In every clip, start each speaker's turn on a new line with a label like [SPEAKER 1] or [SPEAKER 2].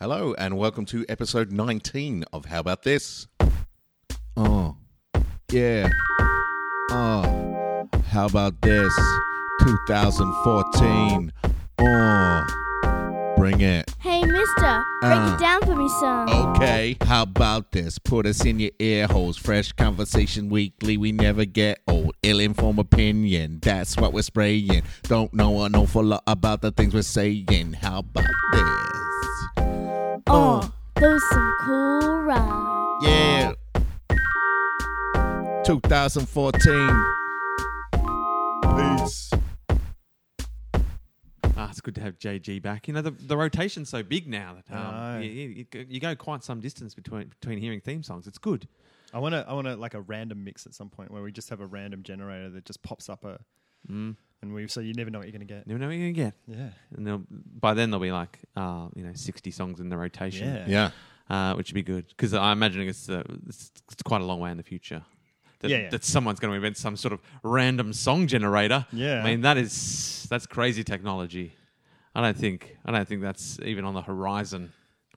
[SPEAKER 1] Hello, and welcome to episode 19 of How About This?
[SPEAKER 2] Oh, yeah. Oh, how about this? 2014. Oh, bring it.
[SPEAKER 3] Hey, mister, break
[SPEAKER 2] Uh.
[SPEAKER 3] it down for me some.
[SPEAKER 1] Oh, Okay.
[SPEAKER 2] How about this? Put us in your ear holes. Fresh conversation weekly. We never get old. Ill informed opinion. That's what we're spraying. Don't know an awful lot about the things we're saying. How about this?
[SPEAKER 3] Oh, those some cool rhymes.
[SPEAKER 2] Yeah. 2014.
[SPEAKER 1] Peace.
[SPEAKER 4] Ah, it's good to have JG back. You know, the, the rotation's so big now that
[SPEAKER 5] I
[SPEAKER 4] um,
[SPEAKER 5] know.
[SPEAKER 4] you, you- you go- you go quite some distance between between hearing theme songs. It's good.
[SPEAKER 5] I want to I want to like a random mix at some point where we just have a random generator that just pops up a
[SPEAKER 4] Mm.
[SPEAKER 5] and we so you never know what you're going to get.
[SPEAKER 4] Never know what you're going to get.
[SPEAKER 5] Yeah.
[SPEAKER 4] And they'll- by then, there'll be like, uh, you know, 60 songs in the rotation,
[SPEAKER 5] Yeah.
[SPEAKER 1] Yeah.
[SPEAKER 4] uh, which would be good. Because I'm imagining it's, uh, it's, it's quite a long way in the future. That,
[SPEAKER 5] Yeah, yeah.
[SPEAKER 4] that someone's going to invent some sort of random song generator.
[SPEAKER 5] Yeah.
[SPEAKER 4] I mean that is that's crazy technology. I don't think I don't think that's even on the horizon.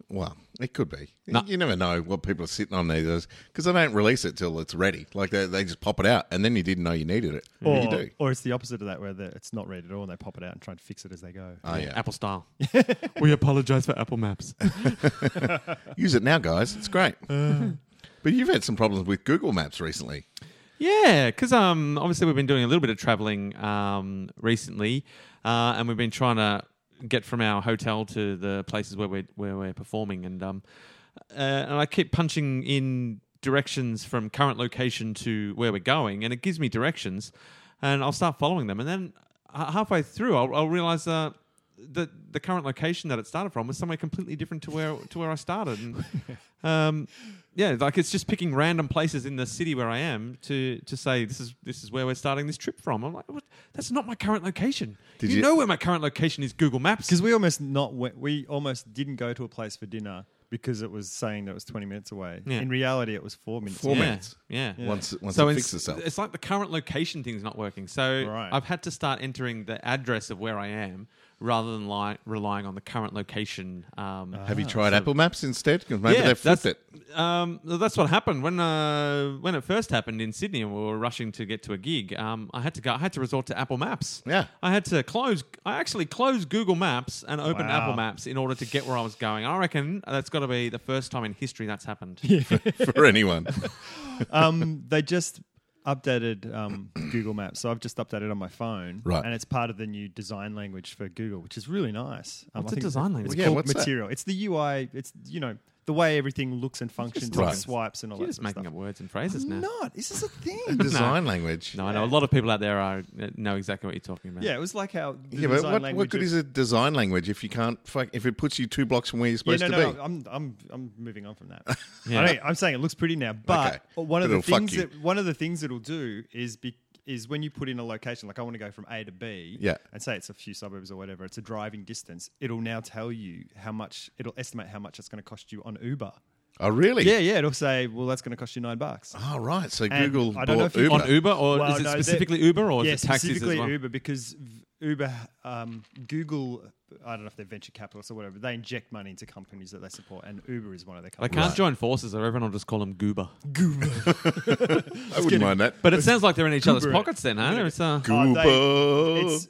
[SPEAKER 1] Well, it could be.
[SPEAKER 4] No.
[SPEAKER 1] You never know what people are sitting on these days because they don't release it till it's ready. Like they, they just pop it out, and then you didn't know you needed it.
[SPEAKER 5] Or,
[SPEAKER 1] you do.
[SPEAKER 5] or it's the opposite of that where the, it's not ready at all and they pop it out and try and fix it as they go.
[SPEAKER 1] Oh yeah.
[SPEAKER 4] Apple style. we apologize for Apple Maps.
[SPEAKER 1] Use it now, guys. It's great.
[SPEAKER 4] Uh.
[SPEAKER 1] but you've had some problems with Google Maps recently.
[SPEAKER 4] Yeah, because um, obviously we've been doing a little bit of traveling um, recently, uh, and we've been trying to get from our hotel to the places where we're where we're performing, and um, uh, and I keep punching in directions from current location to where we're going, and it gives me directions, and I'll start following them, and then h- halfway through, I'll, I'll realize uh, the the current location that it started from was somewhere completely different to where to where I started. And, um, yeah, like it's just picking random places in the city where I am to to say this is this is where we're starting this trip from. I'm like, what? that's not my current location.
[SPEAKER 1] Did
[SPEAKER 4] you,
[SPEAKER 1] you-
[SPEAKER 4] know where my current location is? Google Maps.
[SPEAKER 5] Cuz we almost not went, we almost didn't go to a place for dinner because it was saying that it was 20 minutes away.
[SPEAKER 4] Yeah.
[SPEAKER 5] In reality it was 4 minutes.
[SPEAKER 1] Four
[SPEAKER 4] yeah,
[SPEAKER 5] away.
[SPEAKER 1] minutes.
[SPEAKER 4] Yeah.
[SPEAKER 1] Once once
[SPEAKER 4] So
[SPEAKER 1] it
[SPEAKER 4] it's,
[SPEAKER 1] fixes itself.
[SPEAKER 4] it's like the current location thing's not working. So
[SPEAKER 5] Right.
[SPEAKER 4] I've had to start entering the address of where I am rather than li- relying on the current location. Um,
[SPEAKER 1] Have you tried Apple Maps instead? 'Cause maybe
[SPEAKER 4] yeah,
[SPEAKER 1] they flipped
[SPEAKER 4] that's
[SPEAKER 1] it.
[SPEAKER 4] Um, that's what happened when uh, when it first happened in Sydney, and we were rushing to get to a gig. Um, I had to go. I had to resort to Apple Maps.
[SPEAKER 1] Yeah.
[SPEAKER 4] I had to close. I actually closed Google Maps and opened
[SPEAKER 5] Wow.
[SPEAKER 4] Apple Maps in order to get where I was going. I reckon that's got to be the first time in history that's happened.
[SPEAKER 1] for anyone.
[SPEAKER 5] um, they just updated um, Google Maps, so I've just updated on my phone,
[SPEAKER 1] Right.
[SPEAKER 5] And it's part of the new design language for Google, which is really nice. Um,
[SPEAKER 4] What's a
[SPEAKER 5] I think
[SPEAKER 4] design
[SPEAKER 5] it's-
[SPEAKER 4] language?
[SPEAKER 5] It's
[SPEAKER 1] Yeah,
[SPEAKER 5] called
[SPEAKER 1] what's that?
[SPEAKER 5] material. It's the UI. It's you know the way everything looks and functions, and
[SPEAKER 1] talking-
[SPEAKER 5] swipes and all
[SPEAKER 4] You're
[SPEAKER 5] that.
[SPEAKER 4] just
[SPEAKER 5] sort of
[SPEAKER 4] making up
[SPEAKER 5] stuff.
[SPEAKER 4] words and phrases now.
[SPEAKER 5] Not. This is a
[SPEAKER 1] A
[SPEAKER 5] thing.
[SPEAKER 1] design language.
[SPEAKER 4] No, I know a lot of people out there are uh, know exactly what you're talking about.
[SPEAKER 5] yeah, it was like how the
[SPEAKER 1] Yeah, but
[SPEAKER 5] design
[SPEAKER 1] what,
[SPEAKER 5] language.
[SPEAKER 1] what good
[SPEAKER 5] of-
[SPEAKER 1] is a design language if you can't fuck, if it puts you two blocks from where you're
[SPEAKER 5] Yeah,
[SPEAKER 1] supposed
[SPEAKER 5] no,
[SPEAKER 1] to
[SPEAKER 5] no,
[SPEAKER 1] be?
[SPEAKER 5] no, I'm, I'm, I'm moving on from that.
[SPEAKER 4] Yeah.
[SPEAKER 5] I don't, I'm saying it looks pretty now, but
[SPEAKER 1] Okay.
[SPEAKER 5] one
[SPEAKER 1] But
[SPEAKER 5] of the
[SPEAKER 1] it'll fuck
[SPEAKER 5] things
[SPEAKER 1] you.
[SPEAKER 5] that one of the things it'll do is be is when you put in a location, like I want to go from A to B,
[SPEAKER 1] Yeah.
[SPEAKER 5] and say it's a few suburbs or whatever, it's a driving distance. It'll now tell you how much it'll estimate how much it's going to cost you on Uber.
[SPEAKER 1] oh, really?
[SPEAKER 5] Yeah, yeah, it'll say, well, that's going to cost you nine bucks.
[SPEAKER 1] Oh, right. So
[SPEAKER 5] And
[SPEAKER 1] Google
[SPEAKER 5] I don't know
[SPEAKER 1] bought
[SPEAKER 5] if you-
[SPEAKER 1] Uber.
[SPEAKER 4] On Uber, or
[SPEAKER 5] Well,
[SPEAKER 4] is it
[SPEAKER 5] no, they're-
[SPEAKER 4] specifically Uber, or
[SPEAKER 5] yeah,
[SPEAKER 4] is it taxis as
[SPEAKER 5] specifically
[SPEAKER 4] well?
[SPEAKER 5] Uber because v- Uber, um, Google, I don't know if they're venture capitalists or whatever, they inject money into companies that they support, and Uber is one of their
[SPEAKER 4] They
[SPEAKER 5] companies.
[SPEAKER 4] can't join forces, or everyone will just call them Goober.
[SPEAKER 1] I wouldn't mind that.
[SPEAKER 4] But it sounds like they're in each other's
[SPEAKER 5] Goober it.
[SPEAKER 4] pockets, then, huh? It's, uh,
[SPEAKER 5] Oh, they-
[SPEAKER 1] Google.
[SPEAKER 5] it's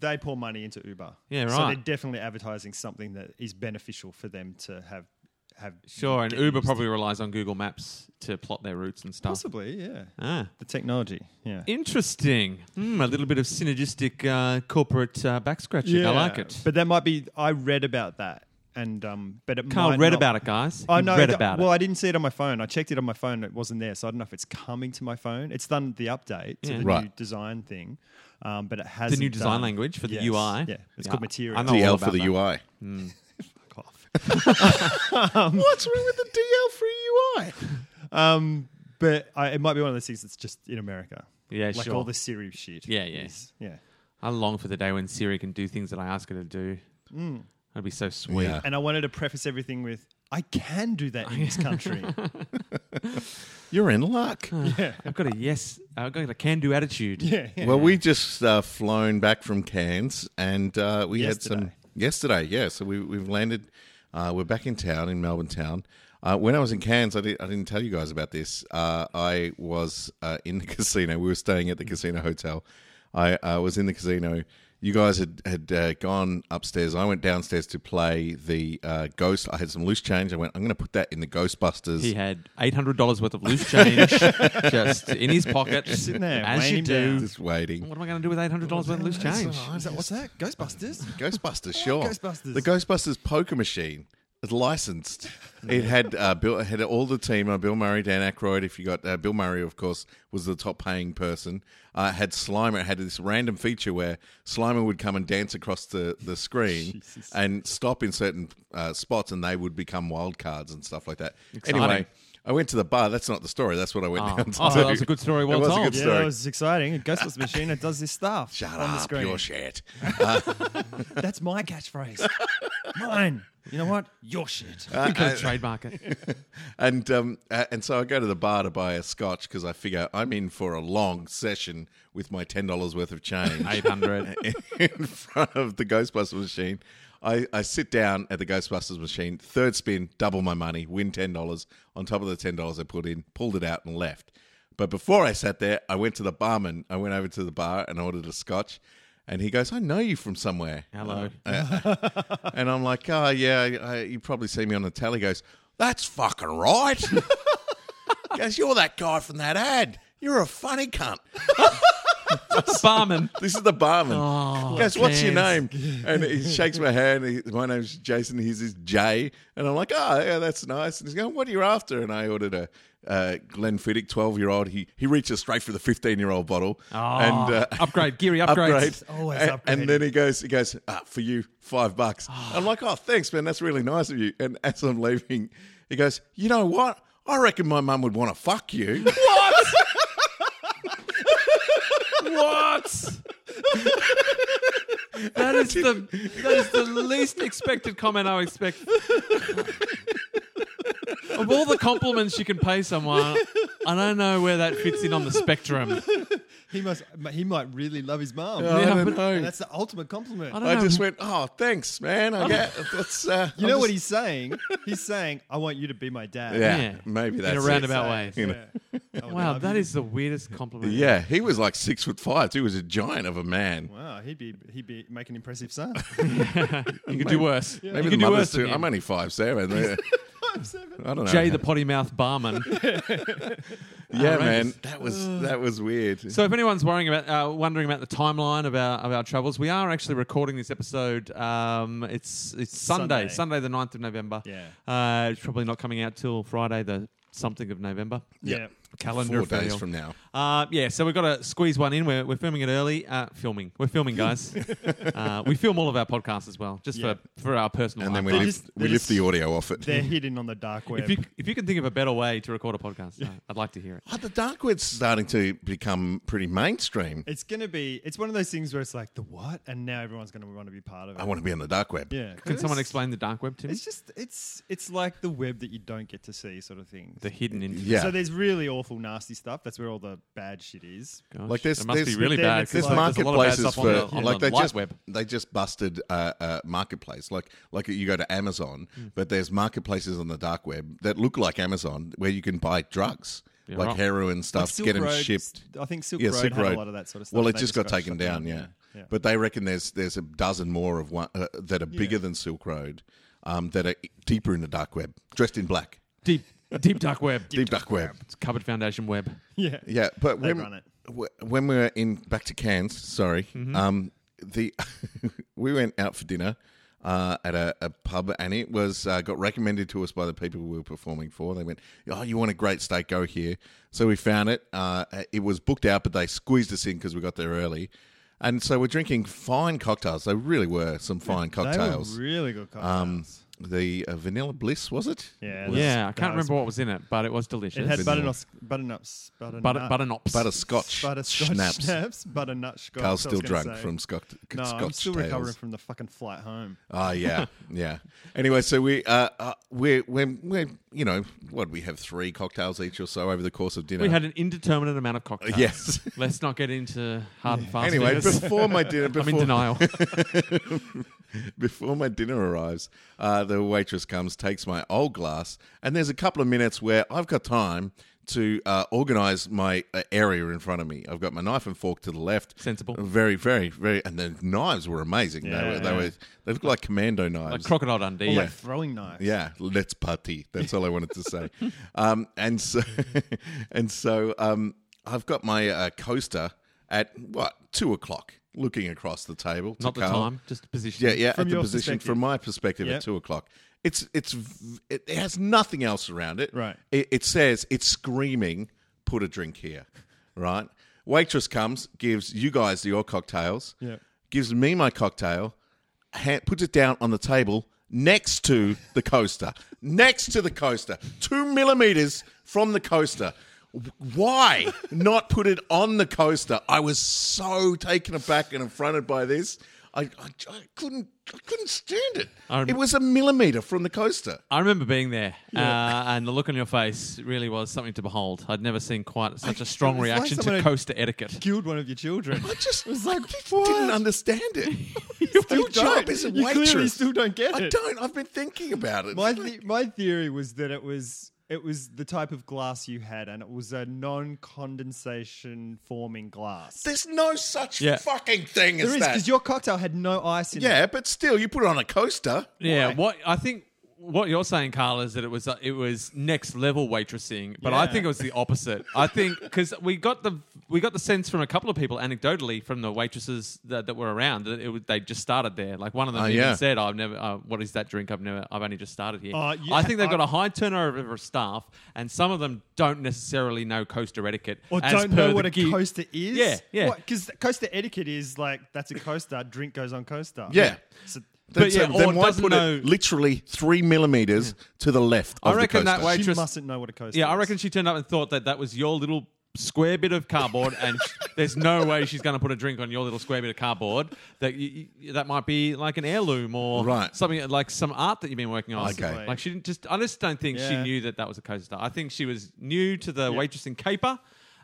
[SPEAKER 5] they pour money into Uber.
[SPEAKER 4] Yeah,
[SPEAKER 5] So they're
[SPEAKER 4] right.
[SPEAKER 5] definitely advertising something that is beneficial for them to have have
[SPEAKER 4] Sure, and
[SPEAKER 5] get
[SPEAKER 4] Uber
[SPEAKER 5] used.
[SPEAKER 4] probably relies on Google Maps to plot their routes and stuff.
[SPEAKER 5] possibly, yeah.
[SPEAKER 4] Ah,
[SPEAKER 5] The technology, yeah.
[SPEAKER 4] interesting. Hmm, a little bit of synergistic uh, corporate uh, back scratching. I like it.
[SPEAKER 5] But that might be I read about that and um but it
[SPEAKER 4] Carl
[SPEAKER 5] might
[SPEAKER 4] read
[SPEAKER 5] not-
[SPEAKER 4] about it, guys.
[SPEAKER 5] I
[SPEAKER 4] He
[SPEAKER 5] know
[SPEAKER 4] read
[SPEAKER 5] that-
[SPEAKER 4] about
[SPEAKER 5] well,
[SPEAKER 4] it.
[SPEAKER 5] I didn't see it on my phone. I checked it on my phone. It wasn't there, so I don't know if it's coming to my phone. It's done the update to
[SPEAKER 4] Yeah.
[SPEAKER 5] the
[SPEAKER 1] Right.
[SPEAKER 5] new design thing, um, but it has
[SPEAKER 4] The new design language for the
[SPEAKER 5] Yes.
[SPEAKER 4] UI.
[SPEAKER 5] Yeah, it's called Material.
[SPEAKER 4] I know all
[SPEAKER 1] DL
[SPEAKER 4] about
[SPEAKER 1] for the
[SPEAKER 4] that.
[SPEAKER 1] UI.
[SPEAKER 5] What's wrong with the DL free UI? Um, but I, it might be one of those things that's just in America.
[SPEAKER 4] Yeah,
[SPEAKER 5] like
[SPEAKER 4] sure.
[SPEAKER 5] all the Siri shit.
[SPEAKER 4] Yeah, yeah.
[SPEAKER 5] is- yeah.
[SPEAKER 4] I long for the day when Siri can do things that I ask her to do.
[SPEAKER 5] Hmm.
[SPEAKER 4] That'd be so sweet.
[SPEAKER 1] Yeah.
[SPEAKER 5] And I wanted to preface everything with, I can do that in this country.
[SPEAKER 1] You're in luck.
[SPEAKER 4] I've got a yes. I've got a can-do attitude.
[SPEAKER 5] yeah, yeah.
[SPEAKER 1] Well, we just uh, flown back from Cairns, and uh, we had
[SPEAKER 5] Yesterday.
[SPEAKER 1] some yesterday. Yeah, so we, we've landed Uh, we're back in town, in Melbourne town. Uh, when I was in Cairns, I, did, I didn't tell you guys about this. Uh, I was uh, in the casino. We were staying at the casino hotel. I uh, was in the casino. You guys had, had uh, gone upstairs. I went downstairs to play the uh, Ghost. I had some loose change. I went, I'm going to put that in the Ghostbusters.
[SPEAKER 4] He had eight hundred dollars worth of loose change just in his pocket,
[SPEAKER 5] sitting there,
[SPEAKER 4] as you
[SPEAKER 5] weighing
[SPEAKER 4] do.
[SPEAKER 5] down.
[SPEAKER 1] Just waiting.
[SPEAKER 4] What am I going to do with eight hundred dollars worth of loose change?
[SPEAKER 1] Oh,
[SPEAKER 5] Is that, what's that? Ghostbusters?
[SPEAKER 1] Ghostbusters, sure.
[SPEAKER 5] Ghostbusters.
[SPEAKER 1] The Ghostbusters poker machine is licensed. It had uh, Bill, it had all the team: uh, Bill Murray, Dan Aykroyd. If you got uh, Bill Murray, of course, was the top paying person. Uh, it had Slimer. It had this random feature where Slimer would come and dance across the the screen and stop in certain uh, spots, and they would become wild cards and stuff like that.
[SPEAKER 4] Exciting.
[SPEAKER 1] Anyway. I went to the bar. That's not the story. That's what I went
[SPEAKER 4] Oh.
[SPEAKER 1] down to.
[SPEAKER 4] Oh,
[SPEAKER 1] do.
[SPEAKER 4] that was a good story. Well
[SPEAKER 1] it was
[SPEAKER 4] told.
[SPEAKER 1] a good
[SPEAKER 5] Yeah,
[SPEAKER 1] story.
[SPEAKER 5] that was exciting. A Ghostbusters machine that does this stuff
[SPEAKER 1] Shut
[SPEAKER 5] on the
[SPEAKER 1] up,
[SPEAKER 5] screen.
[SPEAKER 1] your shit.
[SPEAKER 5] That's my catchphrase. Mine. You know what? Your shit.
[SPEAKER 1] Uh,
[SPEAKER 4] You could trademark it.
[SPEAKER 1] And um, uh, and so I go to the bar to buy a scotch because I figure I'm in for a long session with my ten dollars worth of change
[SPEAKER 4] Eight hundred.
[SPEAKER 1] in front of the Ghostbusters machine. I, I sit down at the Ghostbusters machine, third spin, double my money, win ten dollars on top of the ten dollars I put in, pulled it out and left. But before I sat there, I went to the barman. I went over to the bar and ordered a scotch, and he goes, "I know you from somewhere."
[SPEAKER 4] Hello.
[SPEAKER 1] And I'm like, oh, yeah, I, I, you probably see me on the telly. He goes, that's fucking right. He goes, you're that guy from that ad. You're a funny cunt.
[SPEAKER 4] Barman.
[SPEAKER 1] This is the barman.
[SPEAKER 4] Oh,
[SPEAKER 1] He goes, what's your name?
[SPEAKER 4] Cairns.
[SPEAKER 1] And he shakes my hand. He, my name's Jason. His is Jay. And I'm like, oh, yeah, that's nice. And he's going, what are you after? And I ordered a uh, Glenfiddich 12 year old. He he reaches straight for the 15 year old bottle. uh,
[SPEAKER 4] Oh, upgrade, Geary
[SPEAKER 1] upgrade.
[SPEAKER 4] upgrades.
[SPEAKER 5] Always
[SPEAKER 1] and,
[SPEAKER 5] upgrade. Ah.
[SPEAKER 1] and then he goes, he goes, ah, for you, five bucks. I'm like, oh, thanks, man. That's really nice of you. And as I'm leaving, he goes, you know what? I reckon my mum would want to fuck you.
[SPEAKER 4] What? what? That is the that is the least expected comment I expect. Of all the compliments you can pay someone, I don't know where that fits in on the spectrum.
[SPEAKER 5] He must. He might really love his mom.
[SPEAKER 1] I don't
[SPEAKER 5] And
[SPEAKER 1] know.
[SPEAKER 5] that's the ultimate compliment.
[SPEAKER 4] I don't
[SPEAKER 1] I
[SPEAKER 4] know.
[SPEAKER 1] just went, oh, thanks, man. I get that's. Uh,
[SPEAKER 5] You
[SPEAKER 1] I'm
[SPEAKER 5] know what
[SPEAKER 1] just-
[SPEAKER 5] he's saying? He's saying, "I want you to be my dad."
[SPEAKER 1] Yeah,
[SPEAKER 4] Yeah.
[SPEAKER 1] maybe
[SPEAKER 4] In
[SPEAKER 1] that's
[SPEAKER 4] a
[SPEAKER 1] it.
[SPEAKER 4] roundabout way.
[SPEAKER 5] Yeah.
[SPEAKER 1] You know.
[SPEAKER 5] I would
[SPEAKER 4] wow,
[SPEAKER 5] love
[SPEAKER 4] that
[SPEAKER 5] you.
[SPEAKER 4] is the weirdest compliment.
[SPEAKER 1] Yeah, he was like six foot five. too. He was a giant of a man.
[SPEAKER 5] Wow, he'd be he'd be making impressive son.
[SPEAKER 4] you could do worse.
[SPEAKER 1] Maybe the
[SPEAKER 4] you could do
[SPEAKER 1] mother's
[SPEAKER 4] worse.
[SPEAKER 1] too.
[SPEAKER 4] Than him.
[SPEAKER 1] I'm only five seven. I don't know.
[SPEAKER 4] Jay the potty mouth barman.
[SPEAKER 1] yeah, man.
[SPEAKER 4] outrageous.
[SPEAKER 1] That was that was weird.
[SPEAKER 4] So, if anyone's worrying about, uh, wondering about the timeline of our, of our travels, we are actually recording this episode. Um, it's it's Sunday,
[SPEAKER 5] Sunday.
[SPEAKER 4] Sunday, the 9th of November.
[SPEAKER 5] Yeah.
[SPEAKER 4] Uh, it's probably not coming out till Friday, the something of November.
[SPEAKER 5] yeah.
[SPEAKER 4] Calendar
[SPEAKER 1] Four days
[SPEAKER 4] fail.
[SPEAKER 1] from now.
[SPEAKER 4] Uh, yeah, so we've got to squeeze one in. We're, we're filming it early. Uh, filming. We're filming, guys. uh, we film all of our podcasts as well, just
[SPEAKER 5] Yeah.
[SPEAKER 4] for, for our personal
[SPEAKER 1] And then we
[SPEAKER 5] They
[SPEAKER 4] archive.
[SPEAKER 1] lift,
[SPEAKER 5] just-
[SPEAKER 1] we
[SPEAKER 5] they
[SPEAKER 1] lift
[SPEAKER 5] just-
[SPEAKER 1] the audio off it.
[SPEAKER 5] They're hidden on the dark web.
[SPEAKER 4] If you, if you can think of a better way to record a podcast, uh, I'd like to hear it.
[SPEAKER 1] Oh, the dark web's starting to become pretty mainstream.
[SPEAKER 5] it's gonna be. It's one of those things where it's like the what, and now everyone's gonna want to be part of it.
[SPEAKER 1] I want to be on the dark web.
[SPEAKER 5] Yeah.
[SPEAKER 4] Can someone explain the dark web to me?
[SPEAKER 5] It's just it's it's like the web that you don't get to see, sort of things.
[SPEAKER 4] The hidden internet.
[SPEAKER 1] Yeah.
[SPEAKER 5] So there's really awful, nasty stuff. That's where all the bad shit is.
[SPEAKER 4] Gosh,
[SPEAKER 1] Like there's-
[SPEAKER 4] it Oh, must
[SPEAKER 1] there's-
[SPEAKER 4] be really
[SPEAKER 5] but then
[SPEAKER 4] bad.
[SPEAKER 5] it's
[SPEAKER 4] 'cause
[SPEAKER 1] There's
[SPEAKER 5] like-
[SPEAKER 4] there's a lot of bad
[SPEAKER 1] marketplaces
[SPEAKER 4] stuff on
[SPEAKER 1] for
[SPEAKER 4] the- on
[SPEAKER 1] like
[SPEAKER 4] the
[SPEAKER 1] they
[SPEAKER 4] light
[SPEAKER 1] just
[SPEAKER 4] web.
[SPEAKER 1] they just busted uh, uh, marketplace like like you go to Amazon,
[SPEAKER 4] Hmm.
[SPEAKER 1] but there's marketplaces on the dark web that look like Amazon where you can buy drugs
[SPEAKER 4] Yeah,
[SPEAKER 1] like
[SPEAKER 4] right.
[SPEAKER 1] heroin
[SPEAKER 5] Like
[SPEAKER 1] stuff,
[SPEAKER 5] Silk
[SPEAKER 1] get them
[SPEAKER 5] Road-
[SPEAKER 1] shipped.
[SPEAKER 5] I think Silk
[SPEAKER 1] yeah,
[SPEAKER 5] Road
[SPEAKER 1] Silk
[SPEAKER 5] had
[SPEAKER 1] Road.
[SPEAKER 5] a lot of that sort of stuff.
[SPEAKER 1] Well, it
[SPEAKER 5] and they
[SPEAKER 1] just got, taken
[SPEAKER 5] shut
[SPEAKER 1] down, yeah.
[SPEAKER 5] yeah.
[SPEAKER 1] But they reckon there's there's a dozen more of one uh, that are bigger
[SPEAKER 5] Yeah.
[SPEAKER 1] than Silk Road, um, that are deeper in the dark web, dressed in black,
[SPEAKER 4] deep deep dark web
[SPEAKER 1] deep, dark web.
[SPEAKER 4] it's covered foundation web
[SPEAKER 5] Yeah.
[SPEAKER 1] Yeah, but
[SPEAKER 5] They
[SPEAKER 1] when
[SPEAKER 5] run it. Mm-hmm.
[SPEAKER 1] wh- when we were in back to Cairns, sorry, um, the we went out for dinner uh, at a, a pub, and it was uh, got recommended to us by the people we were performing for. They went, "Oh, you want a great steak? Go here." So we found it. Uh, it was booked out, but they squeezed us in because we got there early. And so we're drinking fine cocktails. They really were some fine cocktails.
[SPEAKER 5] They were really good cocktails.
[SPEAKER 1] um, the uh, Vanilla Bliss was it?
[SPEAKER 5] yeah.
[SPEAKER 1] Was-
[SPEAKER 4] yeah i
[SPEAKER 5] that
[SPEAKER 4] can't
[SPEAKER 5] was-
[SPEAKER 4] remember what was in it but it was delicious
[SPEAKER 5] It had
[SPEAKER 1] Vanilla.
[SPEAKER 5] butternuts, butternuts, butternut,
[SPEAKER 4] butter butternops
[SPEAKER 1] Butterscotch,
[SPEAKER 5] butterscotch
[SPEAKER 1] schnapps.
[SPEAKER 5] schnapps, butternut scotch.
[SPEAKER 1] Carl's
[SPEAKER 5] I was
[SPEAKER 1] still
[SPEAKER 5] gonna
[SPEAKER 1] drunk
[SPEAKER 5] say.
[SPEAKER 1] from Scotch.
[SPEAKER 5] No,
[SPEAKER 1] Scotch
[SPEAKER 5] I'm still
[SPEAKER 1] tales.
[SPEAKER 5] recovering from the fucking flight home.
[SPEAKER 1] Ah, yeah, yeah. Anyway, so we uh, uh, we're, we're we're you know, what we have three cocktails each or so over the course of dinner.
[SPEAKER 4] We had an indeterminate amount of cocktails.
[SPEAKER 1] Yes.
[SPEAKER 4] Let's not get into hard and fast.
[SPEAKER 1] anyway
[SPEAKER 4] dinners.
[SPEAKER 1] before my dinner.
[SPEAKER 4] I'm in
[SPEAKER 1] Before,
[SPEAKER 4] denial.
[SPEAKER 1] before my dinner arrives, uh, the waitress comes, takes my old glass, and there's a couple of minutes where I've got time to uh, organize my uh, area in front of me. I've got my knife and fork to the left.
[SPEAKER 4] Sensible.
[SPEAKER 1] Very, very, very. And the knives were amazing. They were, they
[SPEAKER 5] Yeah.
[SPEAKER 1] were, they looked like commando
[SPEAKER 4] like
[SPEAKER 1] knives.
[SPEAKER 4] crocodile Dundee.
[SPEAKER 5] Or like throwing knives.
[SPEAKER 1] Yeah, let's party. That's all I wanted to say. um, and so, and so, um, I've got my uh, coaster at what two o'clock, looking across the table. To
[SPEAKER 4] Not the
[SPEAKER 1] Carl.
[SPEAKER 4] time, just the position.
[SPEAKER 1] Yeah, yeah.
[SPEAKER 5] From
[SPEAKER 1] at the
[SPEAKER 5] your
[SPEAKER 1] position,
[SPEAKER 5] perspective.
[SPEAKER 1] from my perspective,
[SPEAKER 5] Yep.
[SPEAKER 1] at two o'clock, it's it's v- it it has nothing else around it.
[SPEAKER 5] Right.
[SPEAKER 1] It, it says it's screaming. Put a drink here. Right. Waitress comes, gives you guys your cocktails.
[SPEAKER 5] Yep.
[SPEAKER 1] Gives me my cocktail. Ha- puts it down on the table next to the coaster. next to the coaster, two millimeters from the coaster. W- Why not put it on the coaster? I was so taken aback and affronted by this. I, I, I couldn't I couldn't stand it.
[SPEAKER 5] Um,
[SPEAKER 4] I'm-
[SPEAKER 1] it was a millimeter from the coaster.
[SPEAKER 4] I remember being there, uh, and the look on your face really was something to behold. I'd never seen quite such a strong
[SPEAKER 5] It was like
[SPEAKER 4] reaction to
[SPEAKER 5] someone had-
[SPEAKER 4] coaster etiquette.
[SPEAKER 5] Killed one of your children.
[SPEAKER 1] I just was
[SPEAKER 5] like,
[SPEAKER 1] didn't
[SPEAKER 5] what?
[SPEAKER 1] understand it. Your job
[SPEAKER 5] don't.
[SPEAKER 1] is a
[SPEAKER 5] You
[SPEAKER 1] waitress.
[SPEAKER 5] clearly still don't get
[SPEAKER 1] I
[SPEAKER 5] it.
[SPEAKER 1] don't. I've been thinking about it.
[SPEAKER 5] My
[SPEAKER 1] It's
[SPEAKER 5] the-
[SPEAKER 1] like-
[SPEAKER 5] my theory was that it was it was the type of glass you had, and it was a non-condensation forming glass.
[SPEAKER 1] there's no such
[SPEAKER 4] Yeah.
[SPEAKER 1] fucking thing as
[SPEAKER 5] There is
[SPEAKER 1] that.
[SPEAKER 5] because your cocktail had no ice in it.
[SPEAKER 1] Yeah, but still, you put it on a coaster.
[SPEAKER 4] Yeah, what I think what you're saying, Carl, is that it was uh, it was next level waitressing, but I
[SPEAKER 5] Yeah.
[SPEAKER 4] think it was the opposite. I think because we got the we got the sense from a couple of people anecdotally from the waitresses that, that were around that it, was they just started there. Like one of them
[SPEAKER 1] Oh,
[SPEAKER 4] even
[SPEAKER 1] yeah.
[SPEAKER 4] said, "I've never. Uh, what is that drink? I've never. I've only just started here."
[SPEAKER 5] Uh, you-
[SPEAKER 4] I think they've got
[SPEAKER 5] I-
[SPEAKER 4] a high turnover of staff, and some of them don't necessarily know coaster etiquette
[SPEAKER 5] Or
[SPEAKER 4] as
[SPEAKER 5] don't
[SPEAKER 4] per
[SPEAKER 5] know
[SPEAKER 4] the
[SPEAKER 5] what a
[SPEAKER 4] gig-
[SPEAKER 5] coaster is.
[SPEAKER 4] Yeah, yeah.
[SPEAKER 5] Because coaster etiquette is like that's a coaster. Drink goes on coaster.
[SPEAKER 1] Yeah.
[SPEAKER 5] So,
[SPEAKER 1] Then,
[SPEAKER 4] But yeah,
[SPEAKER 1] so, then
[SPEAKER 4] or
[SPEAKER 1] why
[SPEAKER 4] doesn't
[SPEAKER 1] put
[SPEAKER 4] know-
[SPEAKER 1] it literally three millimeters to the left?
[SPEAKER 4] I
[SPEAKER 1] of the
[SPEAKER 4] reckon that
[SPEAKER 1] coaster.
[SPEAKER 4] way-
[SPEAKER 5] she
[SPEAKER 4] Waitress-
[SPEAKER 5] mustn't know what a coaster.
[SPEAKER 4] Yeah, I
[SPEAKER 5] is.
[SPEAKER 4] reckon she turned up and thought that that was your little square bit of cardboard, and sh- there's no way she's going to put a drink on your little square bit of cardboard. That y y- that might be like an heirloom or
[SPEAKER 1] Right.
[SPEAKER 4] something like some art that you've been working on.
[SPEAKER 1] Okay.
[SPEAKER 4] like she didn't just. I just don't think she
[SPEAKER 5] Yeah.
[SPEAKER 4] knew that that was a coaster. I think she was new to the waitressing caper.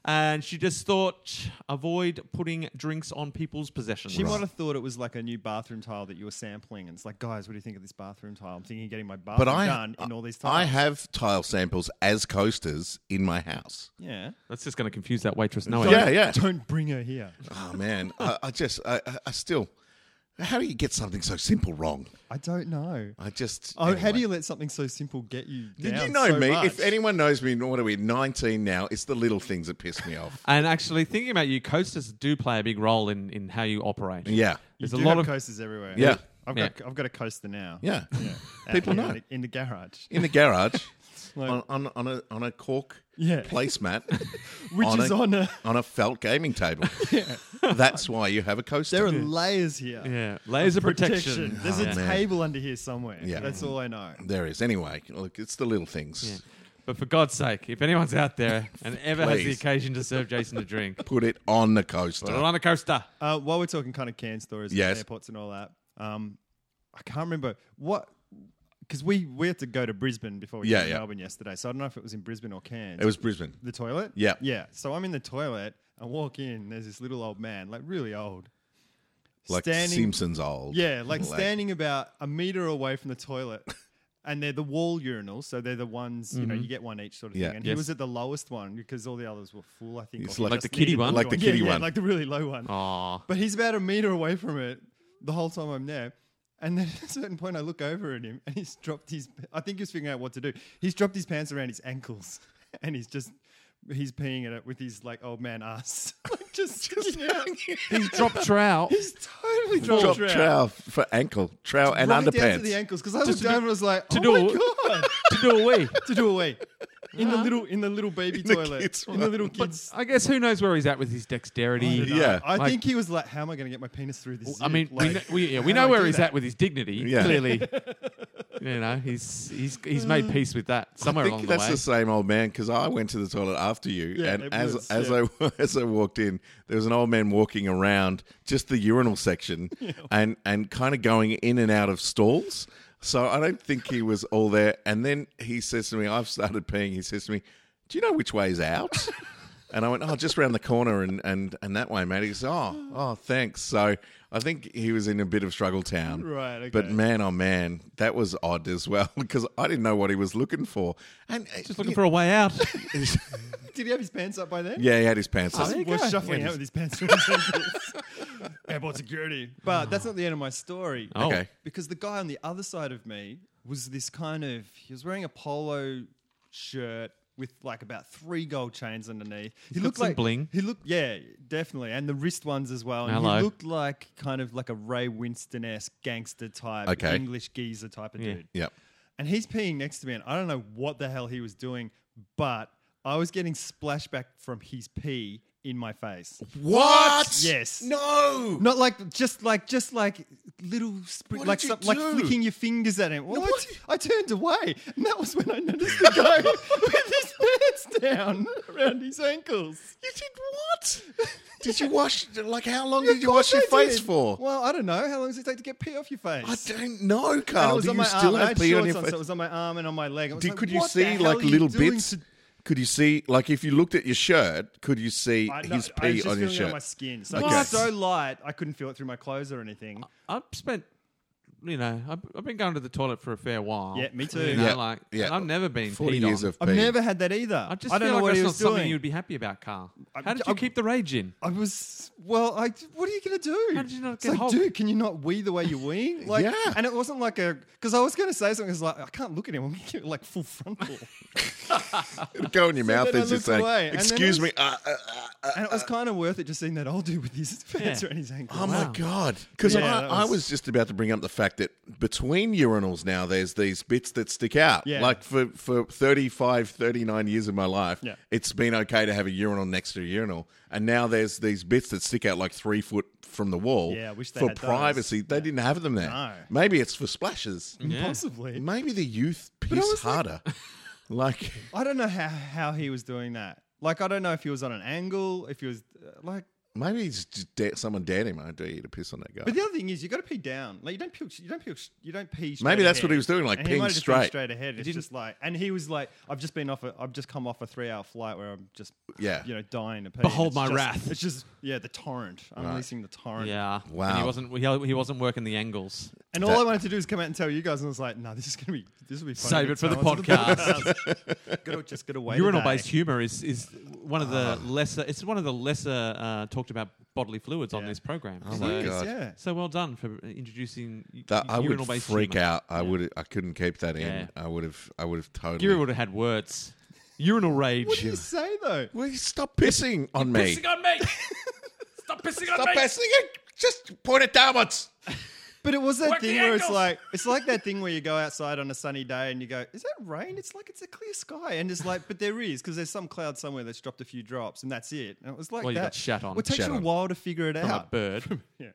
[SPEAKER 4] And she just thought, avoid putting drinks on people's possessions.
[SPEAKER 5] She might have thought it was like a new bathroom tile that you were sampling, and it's like, guys, what do you think of this bathroom tile? I'm thinking of getting my bathroom
[SPEAKER 1] But I,
[SPEAKER 5] done in all these tiles.
[SPEAKER 1] I have tile samples as coasters in my house.
[SPEAKER 5] yeah,
[SPEAKER 4] That's just going to confuse that waitress. No,
[SPEAKER 1] Yeah,
[SPEAKER 4] way.
[SPEAKER 1] yeah.
[SPEAKER 5] Don't bring her here.
[SPEAKER 1] Oh man, I, I just, I, I- I still, how do you get something so simple wrong?
[SPEAKER 5] I don't know.
[SPEAKER 1] I just.
[SPEAKER 5] Oh, how do
[SPEAKER 1] anyway.
[SPEAKER 5] you let something so simple get you?
[SPEAKER 1] Did
[SPEAKER 5] down
[SPEAKER 1] you know
[SPEAKER 5] so
[SPEAKER 1] me?
[SPEAKER 5] much?
[SPEAKER 1] If anyone knows me, what are we? Nineteen now. It's the little things that piss me off.
[SPEAKER 4] And actually, thinking about you, coasters do play a big role in, in how you operate.
[SPEAKER 1] Yeah,
[SPEAKER 5] you
[SPEAKER 4] There's a
[SPEAKER 5] do
[SPEAKER 4] lot
[SPEAKER 5] have
[SPEAKER 4] of
[SPEAKER 5] coasters everywhere.
[SPEAKER 1] Yeah.
[SPEAKER 5] I've got I've got a coaster now.
[SPEAKER 1] yeah.
[SPEAKER 5] Out
[SPEAKER 1] People
[SPEAKER 5] here
[SPEAKER 1] know.
[SPEAKER 5] in the, in the garage.
[SPEAKER 1] In the garage,
[SPEAKER 5] Like-
[SPEAKER 1] on, on on a on a cork
[SPEAKER 5] Yeah.
[SPEAKER 1] placemat,
[SPEAKER 5] Which is on a-
[SPEAKER 1] on a felt gaming table. That's why you have a coaster.
[SPEAKER 5] There are layers here.
[SPEAKER 4] Yeah, layers of protection.
[SPEAKER 5] There's
[SPEAKER 4] Yeah.
[SPEAKER 5] a table under here somewhere.
[SPEAKER 1] Oh, Yeah.
[SPEAKER 5] That's all I know.
[SPEAKER 1] There is. Anyway, look, it's the little things.
[SPEAKER 4] But for God's sake, if anyone's out there and ever has the
[SPEAKER 1] Please.
[SPEAKER 4] occasion to serve Jason a drink,
[SPEAKER 1] Put it on the coaster.
[SPEAKER 4] put it on a coaster.
[SPEAKER 5] Uh, while we're talking kind of can stories, and
[SPEAKER 1] Yes.
[SPEAKER 5] airports and all that. Um, I can't remember what because we we had to go to Brisbane before we
[SPEAKER 1] Yeah,
[SPEAKER 5] got to
[SPEAKER 1] yeah.
[SPEAKER 5] Melbourne yesterday. So I don't know if it was in Brisbane or Cairns.
[SPEAKER 1] It was Brisbane.
[SPEAKER 5] the toilet.
[SPEAKER 1] Yeah.
[SPEAKER 5] yeah. So I'm in the toilet. I walk in. There's this little old man, like really old,
[SPEAKER 1] Like Simpsons old.
[SPEAKER 5] Yeah, like standing about a meter away from the toilet. And they're the wall urinals, so they're the ones you know you get one each sort of
[SPEAKER 1] Mm-hmm. Yeah.
[SPEAKER 5] thing. And he
[SPEAKER 4] Yes.
[SPEAKER 5] was at the lowest one because all the others were full, I think.
[SPEAKER 1] It's
[SPEAKER 5] or he
[SPEAKER 1] like
[SPEAKER 5] just
[SPEAKER 1] the
[SPEAKER 4] kiddie
[SPEAKER 5] needed
[SPEAKER 4] one?
[SPEAKER 5] another
[SPEAKER 1] Like the kiddie
[SPEAKER 5] yeah,
[SPEAKER 1] one.
[SPEAKER 5] like the really low one.
[SPEAKER 4] Aw.
[SPEAKER 5] But he's about a meter away from it the whole time I'm there. And then at a certain point, I look over at him and he's dropped his. I think he's figuring out what to do. He's dropped his pants around his ankles and he's just. He's peeing at it with his like old man ass. like just sticking out.
[SPEAKER 4] He's dropped trout.
[SPEAKER 5] He's totally dropped
[SPEAKER 1] Drop
[SPEAKER 5] trout.
[SPEAKER 1] trow for ankle, trow and
[SPEAKER 5] Right down
[SPEAKER 1] underpants.
[SPEAKER 5] to the ankles because I looked
[SPEAKER 4] to
[SPEAKER 5] down
[SPEAKER 4] do-
[SPEAKER 5] and was like,
[SPEAKER 4] to
[SPEAKER 5] "Oh
[SPEAKER 4] do
[SPEAKER 5] my
[SPEAKER 4] a-
[SPEAKER 5] god!"
[SPEAKER 4] to do away.
[SPEAKER 5] to do away in the little in the little baby
[SPEAKER 1] the
[SPEAKER 5] toilet
[SPEAKER 1] kids'
[SPEAKER 5] in the little
[SPEAKER 4] But
[SPEAKER 5] kids.
[SPEAKER 4] I guess who knows where he's at with his dexterity.
[SPEAKER 1] know. Yeah.
[SPEAKER 5] I
[SPEAKER 4] Like-
[SPEAKER 5] think he was like, "How am I going to get my penis through this?"
[SPEAKER 4] I
[SPEAKER 5] zip?"
[SPEAKER 4] mean, we,
[SPEAKER 5] Like,
[SPEAKER 4] know, we, yeah,
[SPEAKER 5] how
[SPEAKER 4] we
[SPEAKER 5] do I
[SPEAKER 4] know where
[SPEAKER 5] do
[SPEAKER 4] he's
[SPEAKER 5] that?
[SPEAKER 4] at with his dignity.
[SPEAKER 1] Yeah.
[SPEAKER 4] Clearly, you know, he's he's he's made peace with that somewhere
[SPEAKER 1] Uh, I
[SPEAKER 4] along
[SPEAKER 1] think
[SPEAKER 4] the
[SPEAKER 1] that's
[SPEAKER 4] way.
[SPEAKER 1] the same old man because I went to the toilet after you,
[SPEAKER 5] Yeah,
[SPEAKER 1] and
[SPEAKER 5] it
[SPEAKER 1] as
[SPEAKER 5] was,
[SPEAKER 1] as
[SPEAKER 5] yeah.
[SPEAKER 1] I as I walked in, there was an old man walking around just the urinal section, and and kind of going in and out of stalls. So I don't think he was all there. And then he says to me, I've started peeing. He says to me, Do you know which way's out? And I went, Oh, just round the corner and, and, and that way, mate. He goes, Oh, oh, thanks. So I think he was in a bit of struggle town.
[SPEAKER 5] Right, okay.
[SPEAKER 1] But man, oh, man, that was odd as well because I didn't know what he was looking for. And uh,
[SPEAKER 4] Just looking for a way out.
[SPEAKER 5] Did he have his pants up by then?
[SPEAKER 1] Yeah, he had his pants up.
[SPEAKER 4] there you
[SPEAKER 5] was
[SPEAKER 4] go.
[SPEAKER 5] shuffling out with his pants around like this. Airport security. But that's not the end of my story.
[SPEAKER 4] Oh.
[SPEAKER 1] Okay.
[SPEAKER 5] Because the guy on the other side of me was this kind of, he was wearing a polo shirt with like about three gold chains underneath. He
[SPEAKER 4] got
[SPEAKER 5] looked
[SPEAKER 4] some
[SPEAKER 5] like
[SPEAKER 4] bling.
[SPEAKER 5] He looked, yeah, definitely, and the wrist ones as well. And
[SPEAKER 4] Hello.
[SPEAKER 5] he looked like kind of like a Ray Winston esque gangster type,
[SPEAKER 1] Okay.
[SPEAKER 5] English geezer type of
[SPEAKER 4] Yeah.
[SPEAKER 5] dude.
[SPEAKER 1] Yep.
[SPEAKER 5] And he's peeing next to me, and I don't know what the hell he was doing, but I was getting splashback from his pee in my face.
[SPEAKER 1] What?
[SPEAKER 5] Yes.
[SPEAKER 1] No.
[SPEAKER 5] Not like just like just like little spr-
[SPEAKER 1] What
[SPEAKER 5] like
[SPEAKER 1] did you
[SPEAKER 5] some, like
[SPEAKER 1] do?
[SPEAKER 5] flicking your fingers at him. What?
[SPEAKER 1] what-
[SPEAKER 5] I turned away, and that was when I noticed the guy with his pants down around his ankles.
[SPEAKER 1] You did what? did you wash? Like, how long did you wash your
[SPEAKER 5] I
[SPEAKER 1] face
[SPEAKER 5] did.
[SPEAKER 1] for?
[SPEAKER 5] Well, I don't know. How long does it take to get pee off your face?
[SPEAKER 1] I don't know,
[SPEAKER 5] And it
[SPEAKER 1] Carl.
[SPEAKER 5] was
[SPEAKER 1] Do
[SPEAKER 5] on
[SPEAKER 1] you
[SPEAKER 5] my
[SPEAKER 1] still
[SPEAKER 5] arm. I
[SPEAKER 1] have
[SPEAKER 5] had
[SPEAKER 1] pee on
[SPEAKER 5] shorts
[SPEAKER 1] your
[SPEAKER 5] on,
[SPEAKER 1] face?
[SPEAKER 5] so it was on my arm and on my leg. I was
[SPEAKER 1] Did-
[SPEAKER 5] like,
[SPEAKER 1] could you
[SPEAKER 5] "What the
[SPEAKER 1] see
[SPEAKER 5] hell
[SPEAKER 1] like
[SPEAKER 5] are you
[SPEAKER 1] little
[SPEAKER 5] doing
[SPEAKER 1] bits?
[SPEAKER 5] to-
[SPEAKER 1] Could you see like if you looked at your shirt? Could you see
[SPEAKER 5] I, no,
[SPEAKER 1] his
[SPEAKER 5] I was
[SPEAKER 1] pee
[SPEAKER 5] just
[SPEAKER 1] on your
[SPEAKER 5] feeling it
[SPEAKER 1] shirt?
[SPEAKER 5] on my skin. So
[SPEAKER 1] Okay.
[SPEAKER 5] it was so light, I couldn't feel it through my clothes or anything.
[SPEAKER 4] Oh, I've spent, you know, I've, I've been going to the toilet for a fair while.
[SPEAKER 5] Yeah, me too.
[SPEAKER 4] You know,
[SPEAKER 1] Yeah,
[SPEAKER 4] like,
[SPEAKER 1] yeah.
[SPEAKER 4] and I've never been
[SPEAKER 1] Forty
[SPEAKER 4] peed
[SPEAKER 1] years
[SPEAKER 4] on.
[SPEAKER 1] of pee.
[SPEAKER 5] I've never had that either.
[SPEAKER 4] I just
[SPEAKER 5] I
[SPEAKER 4] feel
[SPEAKER 5] don't know
[SPEAKER 4] like
[SPEAKER 5] what
[SPEAKER 4] that's
[SPEAKER 5] he
[SPEAKER 4] not
[SPEAKER 5] was
[SPEAKER 4] something
[SPEAKER 5] doing.
[SPEAKER 4] you'd be happy about, Carl.
[SPEAKER 5] I-
[SPEAKER 4] How did you
[SPEAKER 5] I-
[SPEAKER 4] keep the rage in?
[SPEAKER 5] I was well. I what are you gonna do?
[SPEAKER 4] How did you not
[SPEAKER 5] It's
[SPEAKER 4] get
[SPEAKER 5] like,
[SPEAKER 4] hold-
[SPEAKER 5] dude? Can you not wee the way you wee? Like,
[SPEAKER 1] Yeah.
[SPEAKER 5] And it wasn't like a because I was gonna say something. It's like I can't look at him. I'm gonna give it like full frontal.
[SPEAKER 1] It'd go in your mouth
[SPEAKER 5] then I
[SPEAKER 1] as you're
[SPEAKER 5] looked away,
[SPEAKER 1] saying,
[SPEAKER 5] and then
[SPEAKER 1] "Excuse
[SPEAKER 5] it
[SPEAKER 1] me."
[SPEAKER 5] was-
[SPEAKER 1] Uh, uh, uh, uh.
[SPEAKER 5] and it was kind of worth it just seeing that old dude with his pants
[SPEAKER 4] Yeah.
[SPEAKER 5] around his ankle.
[SPEAKER 1] Oh
[SPEAKER 4] Wow.
[SPEAKER 1] my god! Because
[SPEAKER 5] Yeah,
[SPEAKER 1] I,
[SPEAKER 5] that
[SPEAKER 1] I
[SPEAKER 5] was-
[SPEAKER 1] was just about to bring up the fact that between urinals now, there's these bits that stick out.
[SPEAKER 5] Yeah.
[SPEAKER 1] Like for for 35, 39 years of my life,
[SPEAKER 5] Yeah.
[SPEAKER 1] it's been okay to have a urinal next to a urinal, and now there's these bits that stick out like three foot from the wall.
[SPEAKER 5] Yeah, I wish they
[SPEAKER 1] for
[SPEAKER 5] had those.
[SPEAKER 1] privacy. They didn't have them there.
[SPEAKER 5] No.
[SPEAKER 1] Maybe it's for splashes.
[SPEAKER 5] Possibly.
[SPEAKER 1] Maybe the youth
[SPEAKER 5] I
[SPEAKER 1] piss
[SPEAKER 5] was like-
[SPEAKER 1] harder. like
[SPEAKER 5] I don't know how how he was doing that. Like I don't know if he was on an angle, if he was uh, like.
[SPEAKER 1] maybe it's just da- someone dared him. I dare you to piss on that guy.
[SPEAKER 5] But the other thing is, you got to pee down. Like you don't pee, you don't pee, you don't pee. Straight
[SPEAKER 1] Maybe that's what
[SPEAKER 5] ahead.
[SPEAKER 1] he was doing, like
[SPEAKER 5] And he
[SPEAKER 1] peeing
[SPEAKER 5] might have just gone
[SPEAKER 1] straight.
[SPEAKER 5] straight ahead. It's
[SPEAKER 4] didn't-
[SPEAKER 5] just like, and he was like, I've just been off, a, I've just come off a three-hour flight where I'm just,
[SPEAKER 1] Yeah.
[SPEAKER 5] you know, dying to pee.
[SPEAKER 4] Behold
[SPEAKER 5] It's
[SPEAKER 4] my
[SPEAKER 5] just-
[SPEAKER 4] wrath.
[SPEAKER 5] It's just, yeah, the torrent. I'm releasing the torrent.
[SPEAKER 4] Yeah.
[SPEAKER 1] Wow.
[SPEAKER 4] And he wasn't. He, he wasn't working the angles.
[SPEAKER 5] And all
[SPEAKER 1] That-
[SPEAKER 5] I wanted to do is come out and tell you guys, and I was like, no, this is gonna be, this will be funny.
[SPEAKER 4] Save
[SPEAKER 5] to
[SPEAKER 4] it for the
[SPEAKER 5] tell on
[SPEAKER 4] podcast.
[SPEAKER 5] podcast. gotta just gotta wait. a
[SPEAKER 4] Urinal-based
[SPEAKER 5] day.
[SPEAKER 4] humor is is one of
[SPEAKER 1] Ah.
[SPEAKER 4] the lesser. It's one of the lesser uh, talked about bodily fluids on
[SPEAKER 5] Yeah.
[SPEAKER 4] this program.
[SPEAKER 1] Oh
[SPEAKER 4] so,
[SPEAKER 1] my
[SPEAKER 5] Yes,
[SPEAKER 1] God.
[SPEAKER 5] Yeah.
[SPEAKER 4] So well done for introducing y-
[SPEAKER 1] That I would
[SPEAKER 4] urinal-based
[SPEAKER 1] freak
[SPEAKER 4] humor.
[SPEAKER 1] out. I would. I couldn't keep that in.
[SPEAKER 4] Yeah.
[SPEAKER 1] I would have. I would have totally.
[SPEAKER 4] Geary would have had words. Urinal rage.
[SPEAKER 5] What do you say though?
[SPEAKER 1] Will you stop pissing on me?
[SPEAKER 4] Pissing on me. Stop pissing on
[SPEAKER 1] stop
[SPEAKER 4] me.
[SPEAKER 1] pissing. it- Just point it downwards.
[SPEAKER 5] But it was that
[SPEAKER 4] Work the
[SPEAKER 5] thing where it's
[SPEAKER 4] angles.
[SPEAKER 5] like it's like that thing where you go outside on a sunny day and you go, "Is that rain?" It's like it's a clear sky, and it's like, but there is because there's some cloud somewhere that's dropped a few drops, and that's it. And it was like
[SPEAKER 4] Well, you
[SPEAKER 5] that.
[SPEAKER 4] got shat on.
[SPEAKER 5] Well, it takes
[SPEAKER 1] Shat
[SPEAKER 5] you a
[SPEAKER 1] on.
[SPEAKER 5] while to figure it
[SPEAKER 4] I'm a
[SPEAKER 5] out.
[SPEAKER 4] bird.
[SPEAKER 5] Yeah.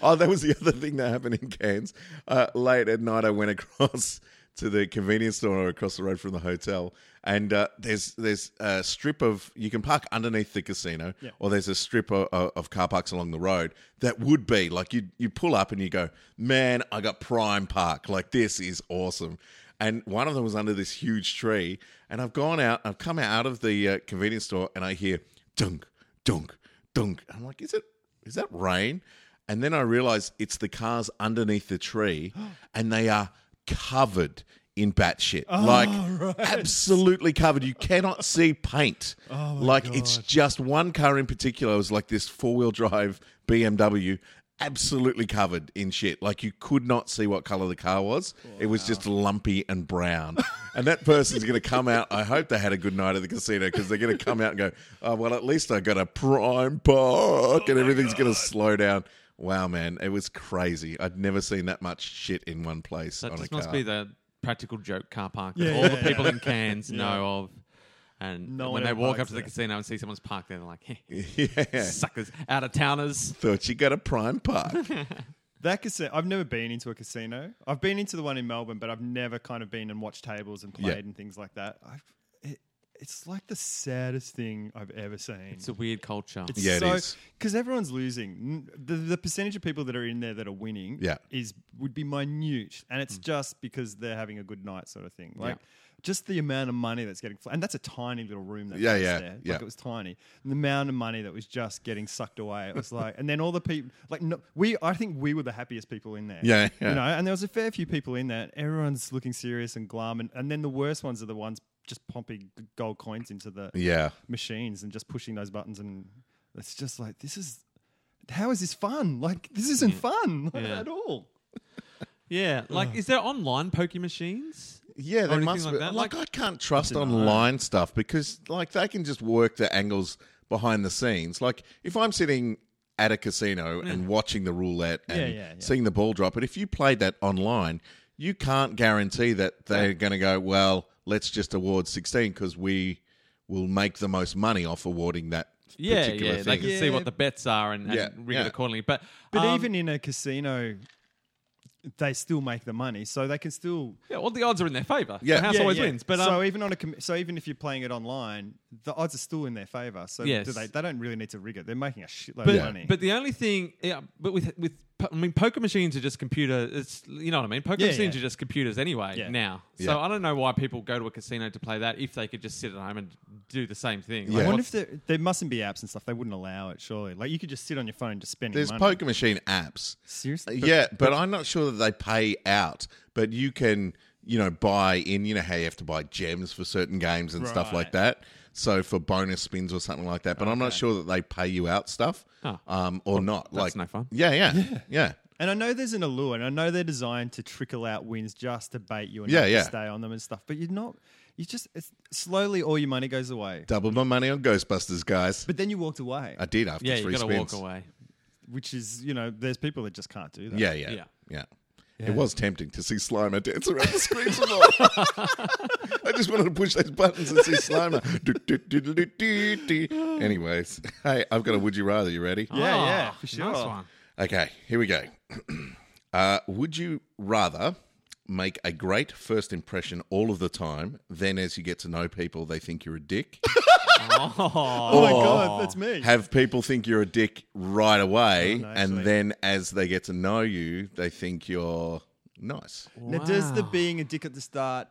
[SPEAKER 1] Oh, that was the other thing that happened in Cairns. Uh, late at night, I went across to the convenience store across the road from the hotel, and uh, there's there's a strip of you can park underneath the casino,
[SPEAKER 5] Yeah.
[SPEAKER 1] or there's a strip of, of, of car parks along the road that would be like you you pull up and you go, man, I got prime park. Like this is awesome. And one of them was under this huge tree, and I've gone out, I've come out of the uh, convenience store, and I hear dunk, dunk, dunk. I'm like, is it is that rain? And then I realize it's the cars underneath the tree and they are covered in bat shit. like absolutely covered. You cannot see paint. like it's just one car in particular was like this four-wheel drive BMW absolutely covered in shit. Like you could not see what color the car was. It was just lumpy and brown. and that person's going to come out. I hope they had a good night at the casino because they're going to come out and go, oh, well, at least I got a prime
[SPEAKER 4] Oh
[SPEAKER 1] park and everything's going to slow down. Wow, man, it was crazy. I'd never seen that much shit in one place
[SPEAKER 4] That
[SPEAKER 1] on a
[SPEAKER 4] just
[SPEAKER 1] car.
[SPEAKER 4] must be the practical joke car park that
[SPEAKER 5] Yeah,
[SPEAKER 4] all
[SPEAKER 5] yeah,
[SPEAKER 4] the
[SPEAKER 5] yeah.
[SPEAKER 4] people in Cairns know of. And
[SPEAKER 5] No
[SPEAKER 4] when
[SPEAKER 5] one
[SPEAKER 4] they
[SPEAKER 5] ever
[SPEAKER 4] walk up
[SPEAKER 5] parks
[SPEAKER 4] to the
[SPEAKER 5] there.
[SPEAKER 4] casino and see someone's parked there, they're like,
[SPEAKER 1] yeah,
[SPEAKER 4] suckers, out of towners.
[SPEAKER 1] thought you got a prime park.
[SPEAKER 5] That casino. I've never been into a casino. I've been into the one in Melbourne, but I've never kind of been and watched tables and played and things like that. I've, it, it's like the saddest thing I've ever seen.
[SPEAKER 4] It's a weird culture.
[SPEAKER 5] It's
[SPEAKER 1] Yeah, it
[SPEAKER 5] so,
[SPEAKER 1] is.
[SPEAKER 5] Because everyone's losing. N- The, the percentage of people that are in there that are winning
[SPEAKER 1] Yeah. Hmm.
[SPEAKER 5] is would be minute. And it's just because they're having a good night sort of thing. Like just the amount of money that's getting fl- and that's a tiny little room that
[SPEAKER 1] Yeah,
[SPEAKER 5] place
[SPEAKER 1] yeah,
[SPEAKER 5] there.
[SPEAKER 1] yeah.
[SPEAKER 5] Like it was tiny. And the amount of money that was just getting sucked away. It was like and then all the people like no, we I think we were the happiest people in there.
[SPEAKER 1] Yeah, yeah.
[SPEAKER 5] You know, and there was a fair few people in there. Everyone's looking serious and glum and, and then the worst ones are the ones just pumping g- gold coins into the
[SPEAKER 1] Yeah.
[SPEAKER 5] machines and just pushing those buttons and it's just like this is how is this fun like this isn't fun
[SPEAKER 4] Yeah.
[SPEAKER 5] at all
[SPEAKER 4] yeah, like is there online poker machines?
[SPEAKER 1] Yeah, they
[SPEAKER 4] anything
[SPEAKER 1] must
[SPEAKER 4] like
[SPEAKER 1] be.
[SPEAKER 4] that?
[SPEAKER 1] Like,
[SPEAKER 4] Like-
[SPEAKER 1] I can't trust online stuff because like they can just work the angles behind the scenes. Like if I'm sitting at a
[SPEAKER 4] Hmm.
[SPEAKER 1] casino and watching the roulette and
[SPEAKER 5] Yeah, yeah, yeah.
[SPEAKER 1] seeing the ball drop, but if you played that online, you can't guarantee that they're going to go, well, let's just award 16 because we will make the most money off awarding that
[SPEAKER 4] Yeah,
[SPEAKER 1] particular
[SPEAKER 4] yeah,
[SPEAKER 1] thing.
[SPEAKER 4] they can see what the bets are and, and
[SPEAKER 1] Yeah,
[SPEAKER 4] rig
[SPEAKER 1] yeah.
[SPEAKER 4] it accordingly. But
[SPEAKER 5] but
[SPEAKER 4] um,
[SPEAKER 5] even in a casino they still make the money so they can still
[SPEAKER 4] yeah, all the odds are in their favour.
[SPEAKER 1] Yeah.
[SPEAKER 4] the house
[SPEAKER 5] Yeah,
[SPEAKER 4] always
[SPEAKER 5] yeah.
[SPEAKER 4] wins. But um,
[SPEAKER 5] so even on a com- so even if you're playing it online the odds are still in their favor so
[SPEAKER 4] Yes.
[SPEAKER 5] do they they don't really need to rig it they're making a shitload
[SPEAKER 4] but,
[SPEAKER 5] of money
[SPEAKER 4] but the only thing, yeah, but with with po- I mean, poker machines are just computer. It's you know what I mean. Poker
[SPEAKER 5] Yeah,
[SPEAKER 4] machines
[SPEAKER 5] yeah.
[SPEAKER 4] are just computers anyway
[SPEAKER 5] Yeah.
[SPEAKER 4] now. So
[SPEAKER 1] Yeah.
[SPEAKER 4] I don't know why people go to a casino to play that if they could just sit at home and do the same thing.
[SPEAKER 1] Yeah.
[SPEAKER 5] I wonder
[SPEAKER 4] what's-
[SPEAKER 5] if there, there mustn't be apps and stuff. They wouldn't allow it, surely. Like you could just sit on your phone and just spending
[SPEAKER 1] There's
[SPEAKER 5] money.
[SPEAKER 1] poker machine apps.
[SPEAKER 5] Seriously?
[SPEAKER 1] yeah, but, I'm not sure that they pay out. But you can, you know, buy in. You know how you have to buy gems for certain games and stuff like
[SPEAKER 5] Right.
[SPEAKER 1] that. So for bonus spins or something like that. But I'm not sure that they pay you out stuff,
[SPEAKER 4] Oh.
[SPEAKER 1] um, or not.
[SPEAKER 4] that's
[SPEAKER 1] like,
[SPEAKER 4] no fun.
[SPEAKER 1] Yeah, yeah, yeah,
[SPEAKER 5] And I know there's an allure, and I know they're designed to trickle out wins just to bait you and
[SPEAKER 1] Yeah,
[SPEAKER 5] make you
[SPEAKER 1] yeah.
[SPEAKER 5] stay on them and stuff. But you're not. You just it's, slowly all your money goes away.
[SPEAKER 1] Double my money on Ghostbusters, guys.
[SPEAKER 5] But then you walked away,
[SPEAKER 1] I did after
[SPEAKER 4] yeah, you
[SPEAKER 1] three
[SPEAKER 4] got to
[SPEAKER 1] spins.
[SPEAKER 4] walk away.
[SPEAKER 5] which is you know there's people that just can't do that.
[SPEAKER 1] Yeah, yeah, yeah,
[SPEAKER 4] Yeah.
[SPEAKER 1] It was tempting to see Slimer dance around the screen some more. I just wanted to push those buttons and see Slimer. Do, do, do, do, do, do, do. Anyways, hey, I've got a would you rather. You ready?
[SPEAKER 5] yeah,
[SPEAKER 4] Ah,
[SPEAKER 5] yeah, for sure.
[SPEAKER 4] Nice one.
[SPEAKER 1] Okay, here we go. uh, would you rather make a great first impression all of the time, then as you get to know people, they think you're a dick?
[SPEAKER 5] Oh my god, that's me.
[SPEAKER 1] Have people think you're a dick right away,
[SPEAKER 5] Oh, no,
[SPEAKER 1] and
[SPEAKER 5] actually.
[SPEAKER 1] then as they get to know you, they think you're nice?
[SPEAKER 5] Now, does the
[SPEAKER 4] Wow.
[SPEAKER 5] being a dick at the start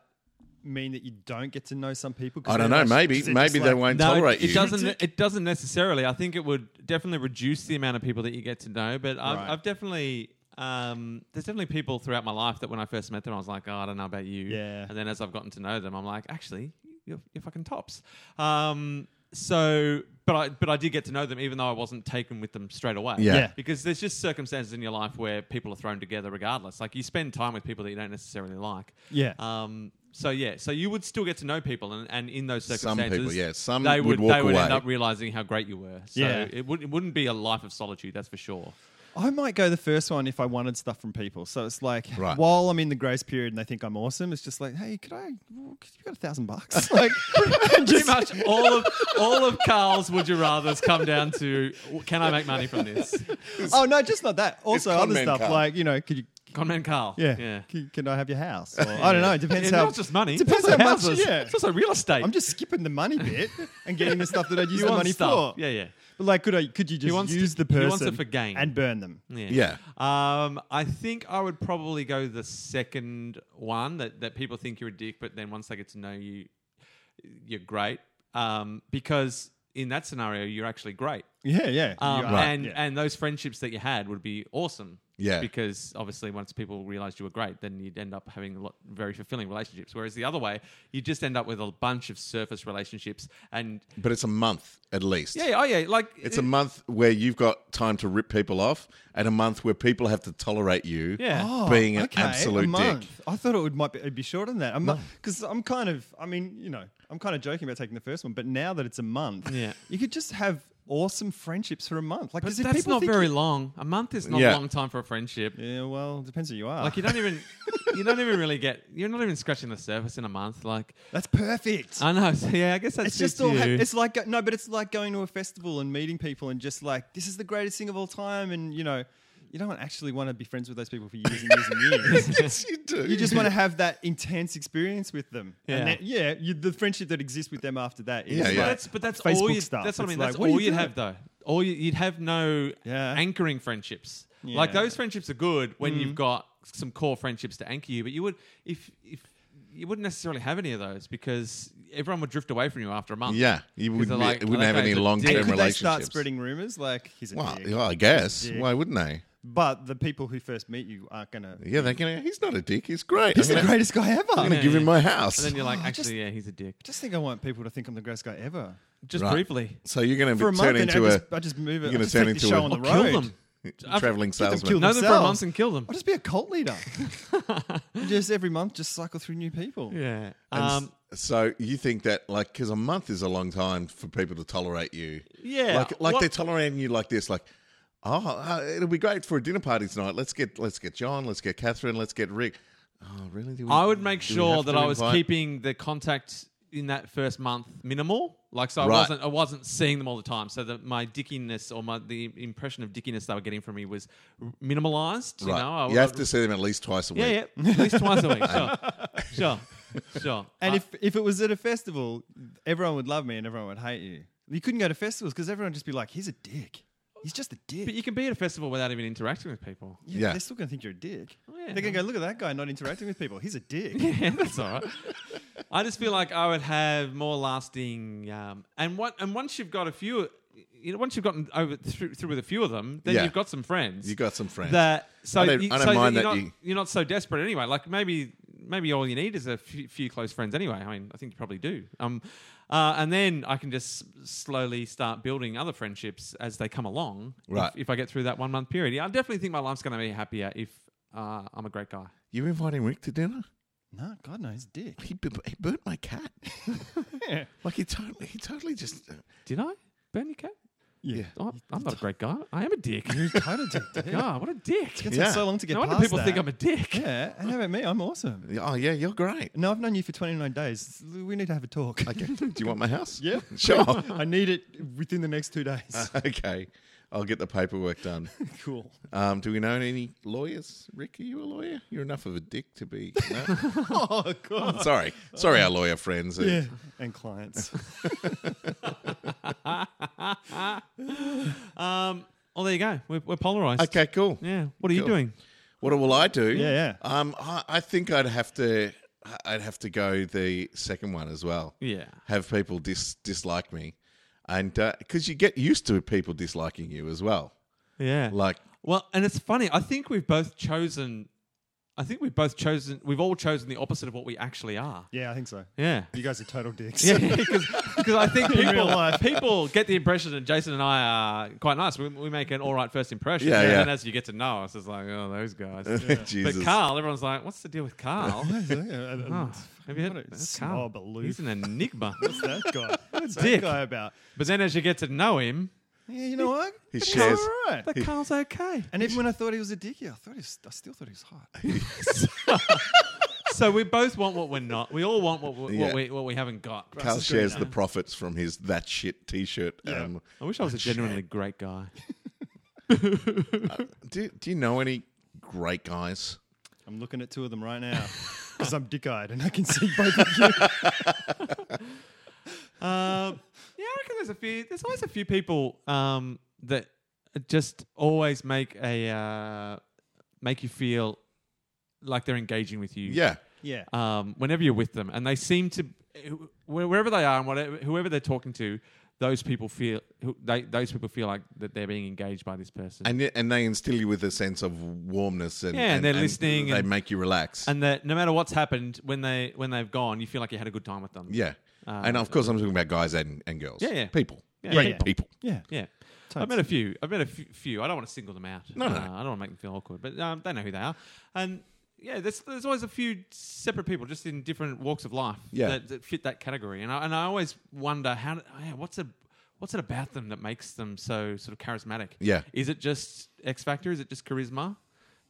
[SPEAKER 5] mean that you don't get to know some people? 'Cause
[SPEAKER 1] I don't
[SPEAKER 5] they're
[SPEAKER 1] know.
[SPEAKER 5] like-
[SPEAKER 1] Maybe,
[SPEAKER 5] is it
[SPEAKER 1] maybe
[SPEAKER 5] just
[SPEAKER 1] they
[SPEAKER 5] like-
[SPEAKER 1] won't
[SPEAKER 4] No,
[SPEAKER 1] tolerate
[SPEAKER 4] it,
[SPEAKER 1] you.
[SPEAKER 4] doesn't. It doesn't necessarily. I think it would definitely reduce the amount of people that you get to know. But I've,
[SPEAKER 5] Right.
[SPEAKER 4] I've definitely. Um, there's definitely people throughout my life that when I first met them, I was like, oh, I don't know about you.
[SPEAKER 5] Yeah.
[SPEAKER 4] And then as I've gotten to know them, I'm like, actually, you're, you're fucking tops. Um, so, but I but I did get to know them, even though I wasn't taken with them straight away.
[SPEAKER 1] Yeah.
[SPEAKER 5] Yeah.
[SPEAKER 4] Because there's just circumstances in your life where people are thrown together, regardless. Like you spend time with people that you don't necessarily like.
[SPEAKER 5] Yeah.
[SPEAKER 4] Um. So yeah. So you would still get to know people, and, and in those
[SPEAKER 1] Some people,
[SPEAKER 4] circumstances,
[SPEAKER 1] yeah, some
[SPEAKER 4] they
[SPEAKER 1] would
[SPEAKER 4] would,
[SPEAKER 1] walk
[SPEAKER 4] they would end
[SPEAKER 1] away.
[SPEAKER 4] up realizing how great you were. So
[SPEAKER 5] Yeah.
[SPEAKER 4] it, would, it wouldn't be a life of solitude, that's for sure.
[SPEAKER 5] I might go the first one if I wanted stuff from people. So it's like,
[SPEAKER 1] Right.
[SPEAKER 5] while I'm in the grace period and they think I'm awesome, it's just like, hey, could I? Could you got a thousand bucks? Like, and
[SPEAKER 4] Pretty
[SPEAKER 5] just-
[SPEAKER 4] much all of all of Carl's would you rather's come down to can I make money from this?
[SPEAKER 5] oh no, just not that. Also,
[SPEAKER 1] con
[SPEAKER 5] other
[SPEAKER 1] men
[SPEAKER 5] stuff
[SPEAKER 1] card.
[SPEAKER 5] like you know, could you?
[SPEAKER 4] Conman Carl.
[SPEAKER 5] Yeah,
[SPEAKER 4] Yeah.
[SPEAKER 5] Can, can I have your house? Or, I don't know. It depends
[SPEAKER 4] Yeah,
[SPEAKER 5] how.
[SPEAKER 4] not just money.
[SPEAKER 5] Depends
[SPEAKER 4] it's also
[SPEAKER 5] how much.
[SPEAKER 4] houses.
[SPEAKER 5] Yeah,
[SPEAKER 4] It's also real estate.
[SPEAKER 5] I'm just skipping the money bit and getting the stuff that I'd use
[SPEAKER 4] you
[SPEAKER 5] the
[SPEAKER 4] want
[SPEAKER 5] money
[SPEAKER 4] stuff.
[SPEAKER 5] for.
[SPEAKER 4] Yeah, yeah.
[SPEAKER 5] But like, could I? Could you just
[SPEAKER 4] wants to-
[SPEAKER 5] use the person
[SPEAKER 4] he wants it for gain.
[SPEAKER 5] and burn them?
[SPEAKER 1] Yeah.
[SPEAKER 4] Um, I think I would probably go the second one that, that people think you're a dick, but then once they get to know you, you're great. Um, because in that scenario, you're actually great.
[SPEAKER 5] Yeah, yeah.
[SPEAKER 4] Um,
[SPEAKER 5] You are,
[SPEAKER 4] And
[SPEAKER 5] yeah.
[SPEAKER 4] and those friendships that you had would be awesome.
[SPEAKER 1] Yeah.
[SPEAKER 4] Because obviously, once people realized you were great, then you'd end up having a lot very fulfilling relationships. Whereas the other way, you just end up with a bunch of surface relationships. And
[SPEAKER 1] But it's a month at least.
[SPEAKER 4] yeah, oh yeah, like
[SPEAKER 1] It's a month where you've got time to rip people off, and a month where people have to tolerate you
[SPEAKER 4] Yeah.
[SPEAKER 5] Oh,
[SPEAKER 1] being an
[SPEAKER 5] okay, a
[SPEAKER 1] absolute
[SPEAKER 5] month.
[SPEAKER 1] dick.
[SPEAKER 5] I thought it would might be, it'd be shorter than that. Because I'm kind of, I mean, you know, I'm kind of joking about taking the first one, but now that it's a month,
[SPEAKER 4] Yeah.
[SPEAKER 5] you could just have awesome friendships for a month. Like,
[SPEAKER 4] But
[SPEAKER 5] 'cause if
[SPEAKER 4] that's
[SPEAKER 5] people
[SPEAKER 4] not
[SPEAKER 5] think
[SPEAKER 4] very
[SPEAKER 5] you-
[SPEAKER 4] long. A month is not
[SPEAKER 1] Yeah.
[SPEAKER 4] a long time for a friendship.
[SPEAKER 5] Yeah, well, depends who you are.
[SPEAKER 4] Like you don't even you don't even really get you're not even scratching the surface in a month. Like
[SPEAKER 5] that's perfect.
[SPEAKER 4] I know, so yeah, I guess that's
[SPEAKER 5] it's just
[SPEAKER 4] you.
[SPEAKER 5] all. Ha- it's like go- no, but it's like going to a festival and meeting people and just like this is the greatest thing of all time, and you know, you don't actually want to be friends with those people for years and years and years.
[SPEAKER 1] yes, you do.
[SPEAKER 5] You just want to have that intense experience with them.
[SPEAKER 4] Yeah.
[SPEAKER 5] And then, yeah, you, the friendship that exists with them after that is
[SPEAKER 1] Yeah,
[SPEAKER 5] like
[SPEAKER 1] yeah.
[SPEAKER 4] But that's but that's
[SPEAKER 5] Facebook
[SPEAKER 4] all you.
[SPEAKER 5] stuff.
[SPEAKER 4] That's what I
[SPEAKER 5] It's
[SPEAKER 4] mean.
[SPEAKER 5] like,
[SPEAKER 4] that's
[SPEAKER 5] what are
[SPEAKER 4] all
[SPEAKER 5] you
[SPEAKER 4] you'd
[SPEAKER 5] doing?
[SPEAKER 4] have though. All you, you'd have no
[SPEAKER 5] Yeah.
[SPEAKER 4] anchoring friendships. Like
[SPEAKER 5] Yeah. Mm.
[SPEAKER 4] those friendships are good when you've got some core friendships to anchor you. But you would if if you wouldn't necessarily have any of those because everyone would drift away from you after a month.
[SPEAKER 1] Yeah, you
[SPEAKER 4] 'Cause
[SPEAKER 1] wouldn't
[SPEAKER 4] they're
[SPEAKER 1] be- it wouldn't have
[SPEAKER 4] okay,
[SPEAKER 1] any
[SPEAKER 4] it's a
[SPEAKER 1] long-term
[SPEAKER 4] dick.
[SPEAKER 5] And could they start
[SPEAKER 1] relationships.
[SPEAKER 5] spreading rumors like he's a
[SPEAKER 1] Well,
[SPEAKER 5] dick?
[SPEAKER 1] yeah, I guess.
[SPEAKER 5] Dick.
[SPEAKER 1] Why wouldn't they?
[SPEAKER 5] But the people who first meet you aren't gonna.
[SPEAKER 1] Yeah, they're going to. He's not a dick. He's great.
[SPEAKER 5] He's
[SPEAKER 1] I'm
[SPEAKER 5] the
[SPEAKER 1] gonna,
[SPEAKER 5] greatest guy ever.
[SPEAKER 1] I'm going to give him my house.
[SPEAKER 4] And then you're like,
[SPEAKER 5] Oh, I
[SPEAKER 4] actually,
[SPEAKER 5] just-
[SPEAKER 4] yeah, he's a dick.
[SPEAKER 5] just think I want people to think I'm the greatest guy ever.
[SPEAKER 4] Just
[SPEAKER 1] Right.
[SPEAKER 4] briefly.
[SPEAKER 1] so you're going
[SPEAKER 5] For a
[SPEAKER 1] to turn
[SPEAKER 5] month, and I
[SPEAKER 1] into a
[SPEAKER 5] just, I just move it.
[SPEAKER 1] you're
[SPEAKER 5] I
[SPEAKER 1] gonna
[SPEAKER 5] just
[SPEAKER 1] turn
[SPEAKER 5] take
[SPEAKER 1] into
[SPEAKER 5] the show
[SPEAKER 1] a-
[SPEAKER 5] on the
[SPEAKER 4] Or
[SPEAKER 5] road.
[SPEAKER 4] kill them. I've-
[SPEAKER 1] traveling
[SPEAKER 5] kill
[SPEAKER 1] salesman.
[SPEAKER 5] them.
[SPEAKER 4] Know them for a month
[SPEAKER 5] themselves.
[SPEAKER 4] and kill them.
[SPEAKER 5] I'll just be a cult leader. just every month, just cycle through new people.
[SPEAKER 4] Yeah.
[SPEAKER 1] And s-
[SPEAKER 4] Um,
[SPEAKER 1] so you think that like because a month is a long time for people to tolerate you.
[SPEAKER 4] Yeah,
[SPEAKER 1] Like like
[SPEAKER 4] what-
[SPEAKER 1] they're tolerating you like this like. Oh, uh, it'll be great for a dinner party tonight. Let's get let's get John, let's get Catherine, let's get Rick. Oh, really? Do we-
[SPEAKER 4] I would make
[SPEAKER 1] do we
[SPEAKER 4] sure
[SPEAKER 1] have
[SPEAKER 4] that
[SPEAKER 1] to
[SPEAKER 4] I was
[SPEAKER 1] invite-
[SPEAKER 4] keeping the contact in that first month minimal. Like so, I
[SPEAKER 1] Right.
[SPEAKER 4] wasn't I wasn't seeing them all the time. So that my dickiness or my the impression of dickiness they were getting from me was minimalized. You
[SPEAKER 1] Right.
[SPEAKER 4] know, I,
[SPEAKER 1] you have
[SPEAKER 4] I-
[SPEAKER 1] to see them at least twice a week.
[SPEAKER 4] Yeah, yeah, at least twice a week. Sure, sure, sure.
[SPEAKER 5] And
[SPEAKER 4] I-
[SPEAKER 5] if, if it was at a festival, everyone would love me and everyone would hate you. You couldn't go to festivals because everyone would just be like, he's a dick. He's just a dick.
[SPEAKER 4] but you can be at a festival without even interacting with people.
[SPEAKER 5] yeah,
[SPEAKER 1] Yeah.
[SPEAKER 5] They're still going to think you're a dick.
[SPEAKER 4] Oh, yeah.
[SPEAKER 5] They're going to go, look at that guy not interacting with people. He's a dick.
[SPEAKER 4] Yeah, that's all right. I just feel like I would have more lasting, um, and what and once you've got a few, you know, once you've gotten over through, through with a few of them, then
[SPEAKER 1] Yeah.
[SPEAKER 4] you've got some friends.
[SPEAKER 1] You got some friends.
[SPEAKER 4] that so
[SPEAKER 1] I don't-
[SPEAKER 4] you,
[SPEAKER 1] I don't
[SPEAKER 4] so
[SPEAKER 1] mind
[SPEAKER 4] you're
[SPEAKER 1] that
[SPEAKER 4] not,
[SPEAKER 1] you-
[SPEAKER 4] are not so desperate anyway. Like maybe maybe all you need is a few, few close friends anyway. I mean, I think you probably do. Um, uh, and then I can just s- slowly start building other friendships as they come along. if-
[SPEAKER 1] Right.
[SPEAKER 4] If, I get through that one month period, Yeah, I definitely think my life's going to be happier if uh, I'm a great guy.
[SPEAKER 1] you inviting Rick to dinner?
[SPEAKER 5] no, God, no, he's a dick.
[SPEAKER 1] He, bu- he burnt my cat. like he totally, he totally just. uh,
[SPEAKER 4] Did I burn your cat?
[SPEAKER 1] Yeah.
[SPEAKER 4] Oh, I'm not a great guy. I am a dick.
[SPEAKER 5] Kind of dick, dude.
[SPEAKER 4] God, what a dick!
[SPEAKER 5] It took
[SPEAKER 1] Yeah.
[SPEAKER 5] so long to get
[SPEAKER 4] No wonder
[SPEAKER 5] past
[SPEAKER 4] people think
[SPEAKER 5] that.
[SPEAKER 4] I'm a dick.
[SPEAKER 5] Yeah, and how about me? I'm awesome.
[SPEAKER 1] Oh yeah, you're great.
[SPEAKER 5] No, I've known you for 29 days. We need to have a talk.
[SPEAKER 1] Okay. Do you want my house?
[SPEAKER 5] Yeah.
[SPEAKER 1] Sure.
[SPEAKER 5] I need it within the next two days.
[SPEAKER 1] okay. I'll get the paperwork done.
[SPEAKER 5] cool.
[SPEAKER 1] Um, do we know any lawyers? Rick, are you a lawyer? You're enough of a dick to be. No?
[SPEAKER 5] Oh, God.
[SPEAKER 1] Sorry. Sorry, our lawyer friends. Uh,
[SPEAKER 5] Yeah. And clients.
[SPEAKER 4] Um. Well, there you go. We're, we're polarized.
[SPEAKER 1] Okay, cool.
[SPEAKER 4] Yeah. What are you
[SPEAKER 1] Cool.
[SPEAKER 4] doing?
[SPEAKER 1] What will I do?
[SPEAKER 5] Yeah, yeah.
[SPEAKER 1] Um, I, I think I'd have to. I'd have to go the second one as well.
[SPEAKER 4] Yeah.
[SPEAKER 1] Have people dis- dislike me, and because you get used to people disliking you as well.
[SPEAKER 4] Yeah.
[SPEAKER 1] Like,
[SPEAKER 4] Well, and it's funny. I think we've both chosen. I think we've both chosen. We've all chosen the opposite of what we actually are.
[SPEAKER 5] Yeah, I think so.
[SPEAKER 4] Yeah.
[SPEAKER 5] You guys are total dicks.
[SPEAKER 4] Yeah, because I think
[SPEAKER 5] real
[SPEAKER 4] people,
[SPEAKER 5] life.
[SPEAKER 4] people get the impression that Jason and I are quite nice. We, we make an all right first impression.
[SPEAKER 1] Yeah,
[SPEAKER 4] And
[SPEAKER 1] yeah.
[SPEAKER 4] then as you get to know us, it's like, oh, those guys. But
[SPEAKER 1] Jesus.
[SPEAKER 4] Carl, everyone's like, what's the deal with Carl?
[SPEAKER 5] Uh,
[SPEAKER 4] Oh, have you heard
[SPEAKER 5] What a
[SPEAKER 4] that's Carl.
[SPEAKER 5] snob, aloof.
[SPEAKER 4] He's an enigma.
[SPEAKER 5] What's that guy? What's
[SPEAKER 4] Dick.
[SPEAKER 5] that guy about?
[SPEAKER 4] but then as you get to know him,
[SPEAKER 5] Yeah, you know what?
[SPEAKER 1] He
[SPEAKER 5] He's
[SPEAKER 1] shares-
[SPEAKER 5] all right.
[SPEAKER 4] but Carl's okay.
[SPEAKER 5] And even when I thought he was a dick, yeah, I thought he was, I still thought he was hot.
[SPEAKER 4] So we both want what we're not. We all want what, we- what
[SPEAKER 1] Yeah.
[SPEAKER 4] we what we haven't got.
[SPEAKER 1] Carl
[SPEAKER 5] is great,
[SPEAKER 1] shares
[SPEAKER 5] huh?
[SPEAKER 1] the profits from his that shit T-shirt.
[SPEAKER 5] Yeah.
[SPEAKER 1] Um,
[SPEAKER 4] I wish I was a genuinely great guy.
[SPEAKER 1] do Do you know any great guys?
[SPEAKER 5] I'm looking at two of them right now because I'm dick-eyed and I can see both of you. Uh,
[SPEAKER 4] Um, yeah, I reckon there's a few. There's always a few people um, that just always make a uh, make you feel like they're engaging with you.
[SPEAKER 1] Yeah.
[SPEAKER 5] Yeah.
[SPEAKER 4] Um, whenever you're with them, and they seem to wh- wherever they are and whatever whoever they're talking to, those people feel who- they those people feel like that they're being engaged by this person.
[SPEAKER 1] and y- and they instill you with a sense of warmness and
[SPEAKER 4] Yeah, and they're listening
[SPEAKER 1] they
[SPEAKER 4] and-
[SPEAKER 1] make you relax
[SPEAKER 4] and that no matter what's happened when they when they've gone, you feel like you had a good time with them.
[SPEAKER 1] yeah
[SPEAKER 4] Uh,
[SPEAKER 1] and of course I'm talking about guys and, and girls
[SPEAKER 4] Yeah, yeah.
[SPEAKER 1] people
[SPEAKER 4] Yeah,
[SPEAKER 1] great
[SPEAKER 4] yeah.
[SPEAKER 1] people
[SPEAKER 5] yeah.
[SPEAKER 4] Yeah. I've met a few. I've met a few. few. I don't want to single them out.
[SPEAKER 1] No, no,
[SPEAKER 4] Uh,
[SPEAKER 1] no.
[SPEAKER 4] I don't want to make them feel awkward, but um, they know who they are. And yeah, there's, there's always a few separate people just in different walks of life
[SPEAKER 1] Yeah.
[SPEAKER 4] that, that fit that category. And I, and I always wonder how do- yeah, what's a what's it about them that makes them so sort of charismatic?
[SPEAKER 1] Yeah.
[SPEAKER 4] Is it just
[SPEAKER 1] Hmm.
[SPEAKER 4] X factor? Is it just charisma?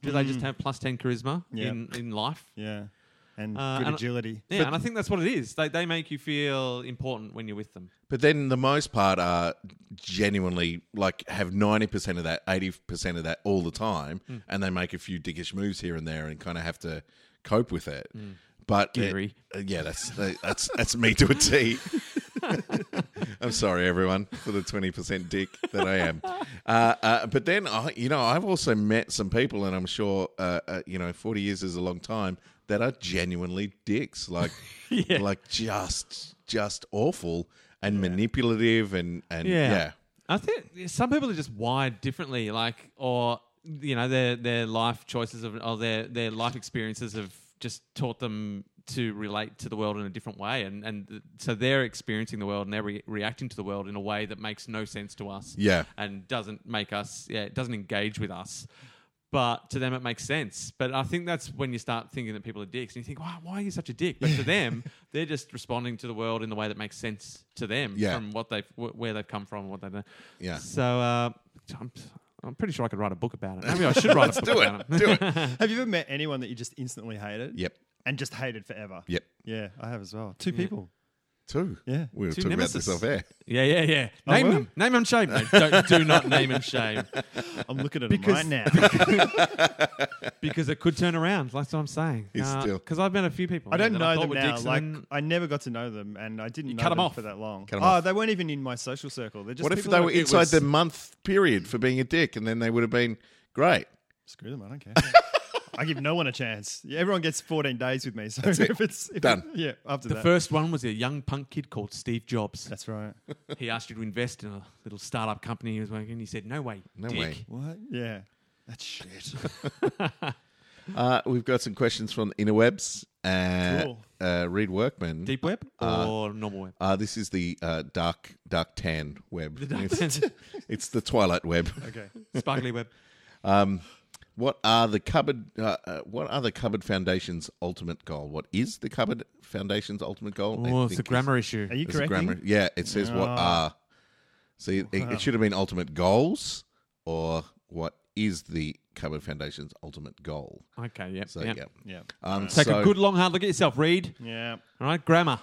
[SPEAKER 4] Do they just have plus ten charisma
[SPEAKER 5] Yeah.
[SPEAKER 4] in, in life?
[SPEAKER 5] Yeah. and
[SPEAKER 4] Uh,
[SPEAKER 5] good
[SPEAKER 4] and-
[SPEAKER 5] agility.
[SPEAKER 4] Yeah, and I think that's what it is. They, they make you feel important when you're with them.
[SPEAKER 1] But then the most part are genuinely like have ninety percent of that, eighty percent of that all the time,
[SPEAKER 4] Hmm.
[SPEAKER 1] and they make a few dickish moves here and there, and kind of have to cope with it.
[SPEAKER 4] Hmm.
[SPEAKER 1] But it-
[SPEAKER 4] Geary.
[SPEAKER 1] uh, yeah, that's that's that's me to a T. I'm sorry, everyone, for the twenty percent dick that I am. Uh, uh, but then, I, you know, I've also met some people, and I'm sure, uh, uh, you know, forty years is a long time. That are genuinely dicks, like, like just, just awful and manipulative, and and yeah.
[SPEAKER 4] I think some people are just wired differently, like or you know their their life choices of or their their life experiences have just taught them to relate to the world in a different way, and and so they're experiencing the world and they're re- reacting to the world in a way that makes no sense to us,
[SPEAKER 1] Yeah.
[SPEAKER 4] and doesn't make us, yeah, it doesn't engage with us. But to them, it makes sense. But I think that's when you start thinking that people are dicks, and you think, "Why, why are you such a dick?" But to them, they're just responding to the world in the way that makes sense to them
[SPEAKER 1] Yeah.
[SPEAKER 4] from what they've wh- where they've come from, what they've done.
[SPEAKER 1] Yeah.
[SPEAKER 4] So uh, I'm, I'm pretty sure I could write a book about it. Maybe I should write a book
[SPEAKER 1] do
[SPEAKER 4] about
[SPEAKER 1] it, do it.
[SPEAKER 5] Have you ever met anyone that you just instantly hated?
[SPEAKER 1] Yep,
[SPEAKER 5] And just hated forever?
[SPEAKER 1] yep.
[SPEAKER 5] Yeah, I have as well. Two people.
[SPEAKER 1] Two.
[SPEAKER 5] Yeah.
[SPEAKER 1] we were
[SPEAKER 4] Two
[SPEAKER 1] talking
[SPEAKER 4] nemesis.
[SPEAKER 1] about this off air.
[SPEAKER 4] Yeah, yeah, yeah.
[SPEAKER 5] I
[SPEAKER 4] Name
[SPEAKER 5] will.
[SPEAKER 4] them. Name and shame. mate. Don't do not name and shame
[SPEAKER 5] I'm looking at
[SPEAKER 4] Because-
[SPEAKER 5] them right now.
[SPEAKER 4] because it could turn around. That's what I'm saying.
[SPEAKER 1] He's still-
[SPEAKER 4] because I've met a few people.
[SPEAKER 5] I
[SPEAKER 4] yeah,
[SPEAKER 5] don't
[SPEAKER 4] that I thought
[SPEAKER 5] know them
[SPEAKER 4] were
[SPEAKER 5] now.
[SPEAKER 4] dicks and
[SPEAKER 5] Like
[SPEAKER 4] then-
[SPEAKER 5] I never got to know them, and I didn't
[SPEAKER 4] You
[SPEAKER 5] know
[SPEAKER 4] cut 'em
[SPEAKER 5] them
[SPEAKER 4] off.
[SPEAKER 5] for that long.
[SPEAKER 1] Cut 'em
[SPEAKER 5] oh,
[SPEAKER 1] off.
[SPEAKER 5] they weren't even in my social circle. They're just
[SPEAKER 1] What if
[SPEAKER 5] people
[SPEAKER 1] they
[SPEAKER 5] that-
[SPEAKER 1] were
[SPEAKER 5] it
[SPEAKER 1] inside
[SPEAKER 5] was-
[SPEAKER 1] the month period for being a dick, and then they would have been great?
[SPEAKER 5] Screw them. I don't care. I give no one a chance. Yeah, everyone gets 14 days with me. So
[SPEAKER 1] it.
[SPEAKER 5] if it's if
[SPEAKER 1] Done.
[SPEAKER 5] yeah, after
[SPEAKER 4] the
[SPEAKER 5] that.
[SPEAKER 4] first one was a young punk kid called Steve Jobs.
[SPEAKER 5] That's right.
[SPEAKER 4] He asked you to invest in a little startup company he was working. in. He said, "No way,
[SPEAKER 1] No
[SPEAKER 4] dick."
[SPEAKER 1] way.
[SPEAKER 5] What? Yeah. That's shit.
[SPEAKER 1] Uh, we've got some questions from the interwebs. Uh,
[SPEAKER 5] Cool.
[SPEAKER 1] uh, Reed Workman.
[SPEAKER 4] Deep web or normal web?
[SPEAKER 1] Uh, this is the uh, dark dark tan web.
[SPEAKER 4] The dark
[SPEAKER 1] it's,
[SPEAKER 4] web.
[SPEAKER 1] it's the twilight web.
[SPEAKER 5] Okay.
[SPEAKER 4] Sparkly web.
[SPEAKER 1] What are the cupboard? Uh, uh, what are the cupboard foundation's ultimate goal? What is the cupboard foundation's ultimate goal? I
[SPEAKER 4] Oh, it's a
[SPEAKER 1] think
[SPEAKER 4] grammar issue.
[SPEAKER 5] Are you
[SPEAKER 1] it's a
[SPEAKER 5] correct?
[SPEAKER 1] grammar. Yeah, it says what
[SPEAKER 4] Ah.
[SPEAKER 5] No.
[SPEAKER 1] are. See, it, it should have been ultimate goals or what is the cupboard foundation's ultimate goal?
[SPEAKER 4] Okay, yep.
[SPEAKER 1] So
[SPEAKER 4] yep.
[SPEAKER 1] yeah,
[SPEAKER 5] Yeah.
[SPEAKER 1] Um,
[SPEAKER 4] Take
[SPEAKER 1] so-
[SPEAKER 4] a good long hard look at yourself, Reed.
[SPEAKER 5] Yeah.
[SPEAKER 4] All right, grammar.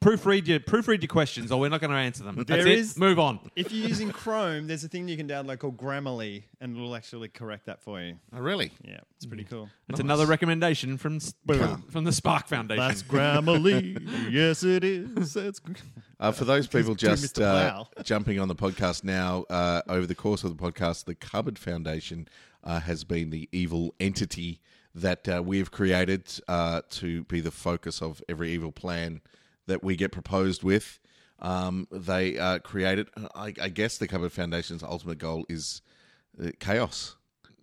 [SPEAKER 4] Proofread your proofread your questions, or we're not going to answer them. That's
[SPEAKER 5] There
[SPEAKER 4] it.
[SPEAKER 5] is-
[SPEAKER 4] Move on.
[SPEAKER 5] If you're using Chrome, there's a thing you can download called Grammarly, and it'll actually correct that for you.
[SPEAKER 1] Oh, really?
[SPEAKER 5] Yeah, it's pretty cool.
[SPEAKER 4] That's another recommendation from s-
[SPEAKER 1] Boom.
[SPEAKER 4] from the Spark Foundation.
[SPEAKER 5] That's Grammarly. yes, it is. It's gr-
[SPEAKER 1] Uh, for those people
[SPEAKER 5] Dear
[SPEAKER 1] just
[SPEAKER 5] Mr.
[SPEAKER 1] uh,
[SPEAKER 5] Plough.
[SPEAKER 1] jumping on the podcast now, uh, over the course of the podcast, the Cupboard Foundation uh, has been the evil entity that uh, we have created uh, to be the focus of every evil plan that we get proposed with. Um, they uh, created, I, I guess, the Cupboard Foundation's ultimate goal is uh, chaos.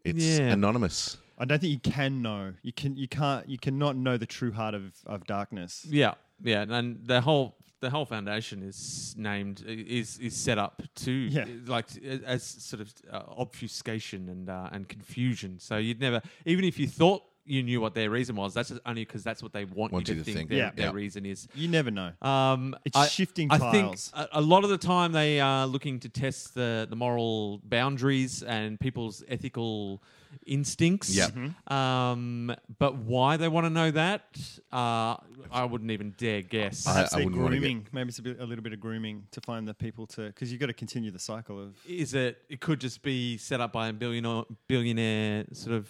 [SPEAKER 1] It's
[SPEAKER 4] Yeah.
[SPEAKER 1] anonymous.
[SPEAKER 5] I don't think you can know. You can. You can't. You cannot know the true heart of, of darkness.
[SPEAKER 4] yeah, yeah, and the whole the whole foundation is named is is set up to
[SPEAKER 5] Yeah.
[SPEAKER 4] like as sort of uh, obfuscation and uh, and confusion. So you'd never even if you thought you knew what their reason was, that's just only because that's what they want,
[SPEAKER 1] Want
[SPEAKER 4] you to think, their,
[SPEAKER 5] Yeah.
[SPEAKER 4] their
[SPEAKER 1] Yeah.
[SPEAKER 4] reason is.
[SPEAKER 5] You never know.
[SPEAKER 4] Um,
[SPEAKER 5] It's shifting
[SPEAKER 4] I think
[SPEAKER 5] tiles.
[SPEAKER 4] a, a lot of the time they are looking to test the, the moral boundaries and people's ethical instincts.
[SPEAKER 1] Yeah.
[SPEAKER 5] Mm-hmm.
[SPEAKER 4] Um, but why they want to know that, uh, I wouldn't even dare guess.
[SPEAKER 1] I-
[SPEAKER 5] Perhaps they're
[SPEAKER 1] wouldn't wanna get-
[SPEAKER 5] grooming. Maybe it's a, bit, a little bit of grooming to find the people to because you've got to continue the cycle of.
[SPEAKER 4] Is it? It could just be set up by a billionaire, billionaire sort of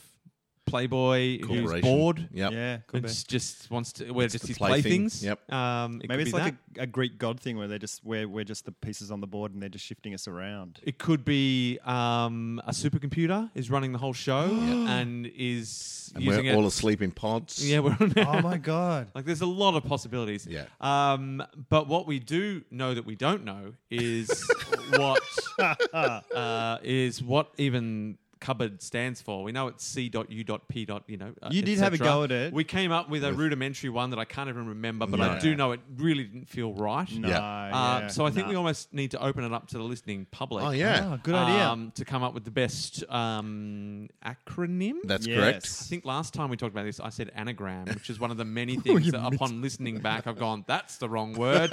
[SPEAKER 4] playboy who's
[SPEAKER 1] Corporation.
[SPEAKER 4] bored.
[SPEAKER 1] Yep.
[SPEAKER 5] Yeah, could
[SPEAKER 4] And
[SPEAKER 5] be.
[SPEAKER 4] s- just wants to where
[SPEAKER 1] It's
[SPEAKER 4] just
[SPEAKER 1] the
[SPEAKER 4] his
[SPEAKER 1] plaything.
[SPEAKER 4] playthings.
[SPEAKER 1] Yep.
[SPEAKER 4] Um, it could
[SPEAKER 5] Maybe it's
[SPEAKER 4] be that.
[SPEAKER 5] like a, a Greek god thing where they just where we're just the pieces on the board and they're just shifting us around.
[SPEAKER 4] It could be um, a supercomputer is running the whole show and is
[SPEAKER 1] And
[SPEAKER 4] using
[SPEAKER 1] we're all
[SPEAKER 4] it.
[SPEAKER 1] asleep in pods.
[SPEAKER 4] yeah, we're on
[SPEAKER 5] oh my god!
[SPEAKER 4] like there's a lot of possibilities.
[SPEAKER 1] Yeah.
[SPEAKER 4] Um, but what we do know that we don't know is what uh, is what even cupboard stands for. We know it's c.u.p. You know. uh,
[SPEAKER 5] You did
[SPEAKER 4] et
[SPEAKER 5] have a
[SPEAKER 4] cetera.
[SPEAKER 5] go at it.
[SPEAKER 4] We came up with a rudimentary one that I can't even remember, but I
[SPEAKER 5] No.
[SPEAKER 4] do know it really didn't feel right.
[SPEAKER 5] No,
[SPEAKER 1] Yeah.
[SPEAKER 4] Uh,
[SPEAKER 5] yeah,
[SPEAKER 4] so I think
[SPEAKER 5] nah.
[SPEAKER 4] we almost need to open it up to the listening public.
[SPEAKER 1] Oh, yeah.
[SPEAKER 5] Oh, good idea.
[SPEAKER 4] Um, to come up with the best um, acronym.
[SPEAKER 1] That's
[SPEAKER 5] Yes.
[SPEAKER 1] correct.
[SPEAKER 4] I think last time we talked about this, I said anagram, which is one of the
[SPEAKER 1] Oh,
[SPEAKER 4] many things that upon listening back, I've gone, that's the wrong word.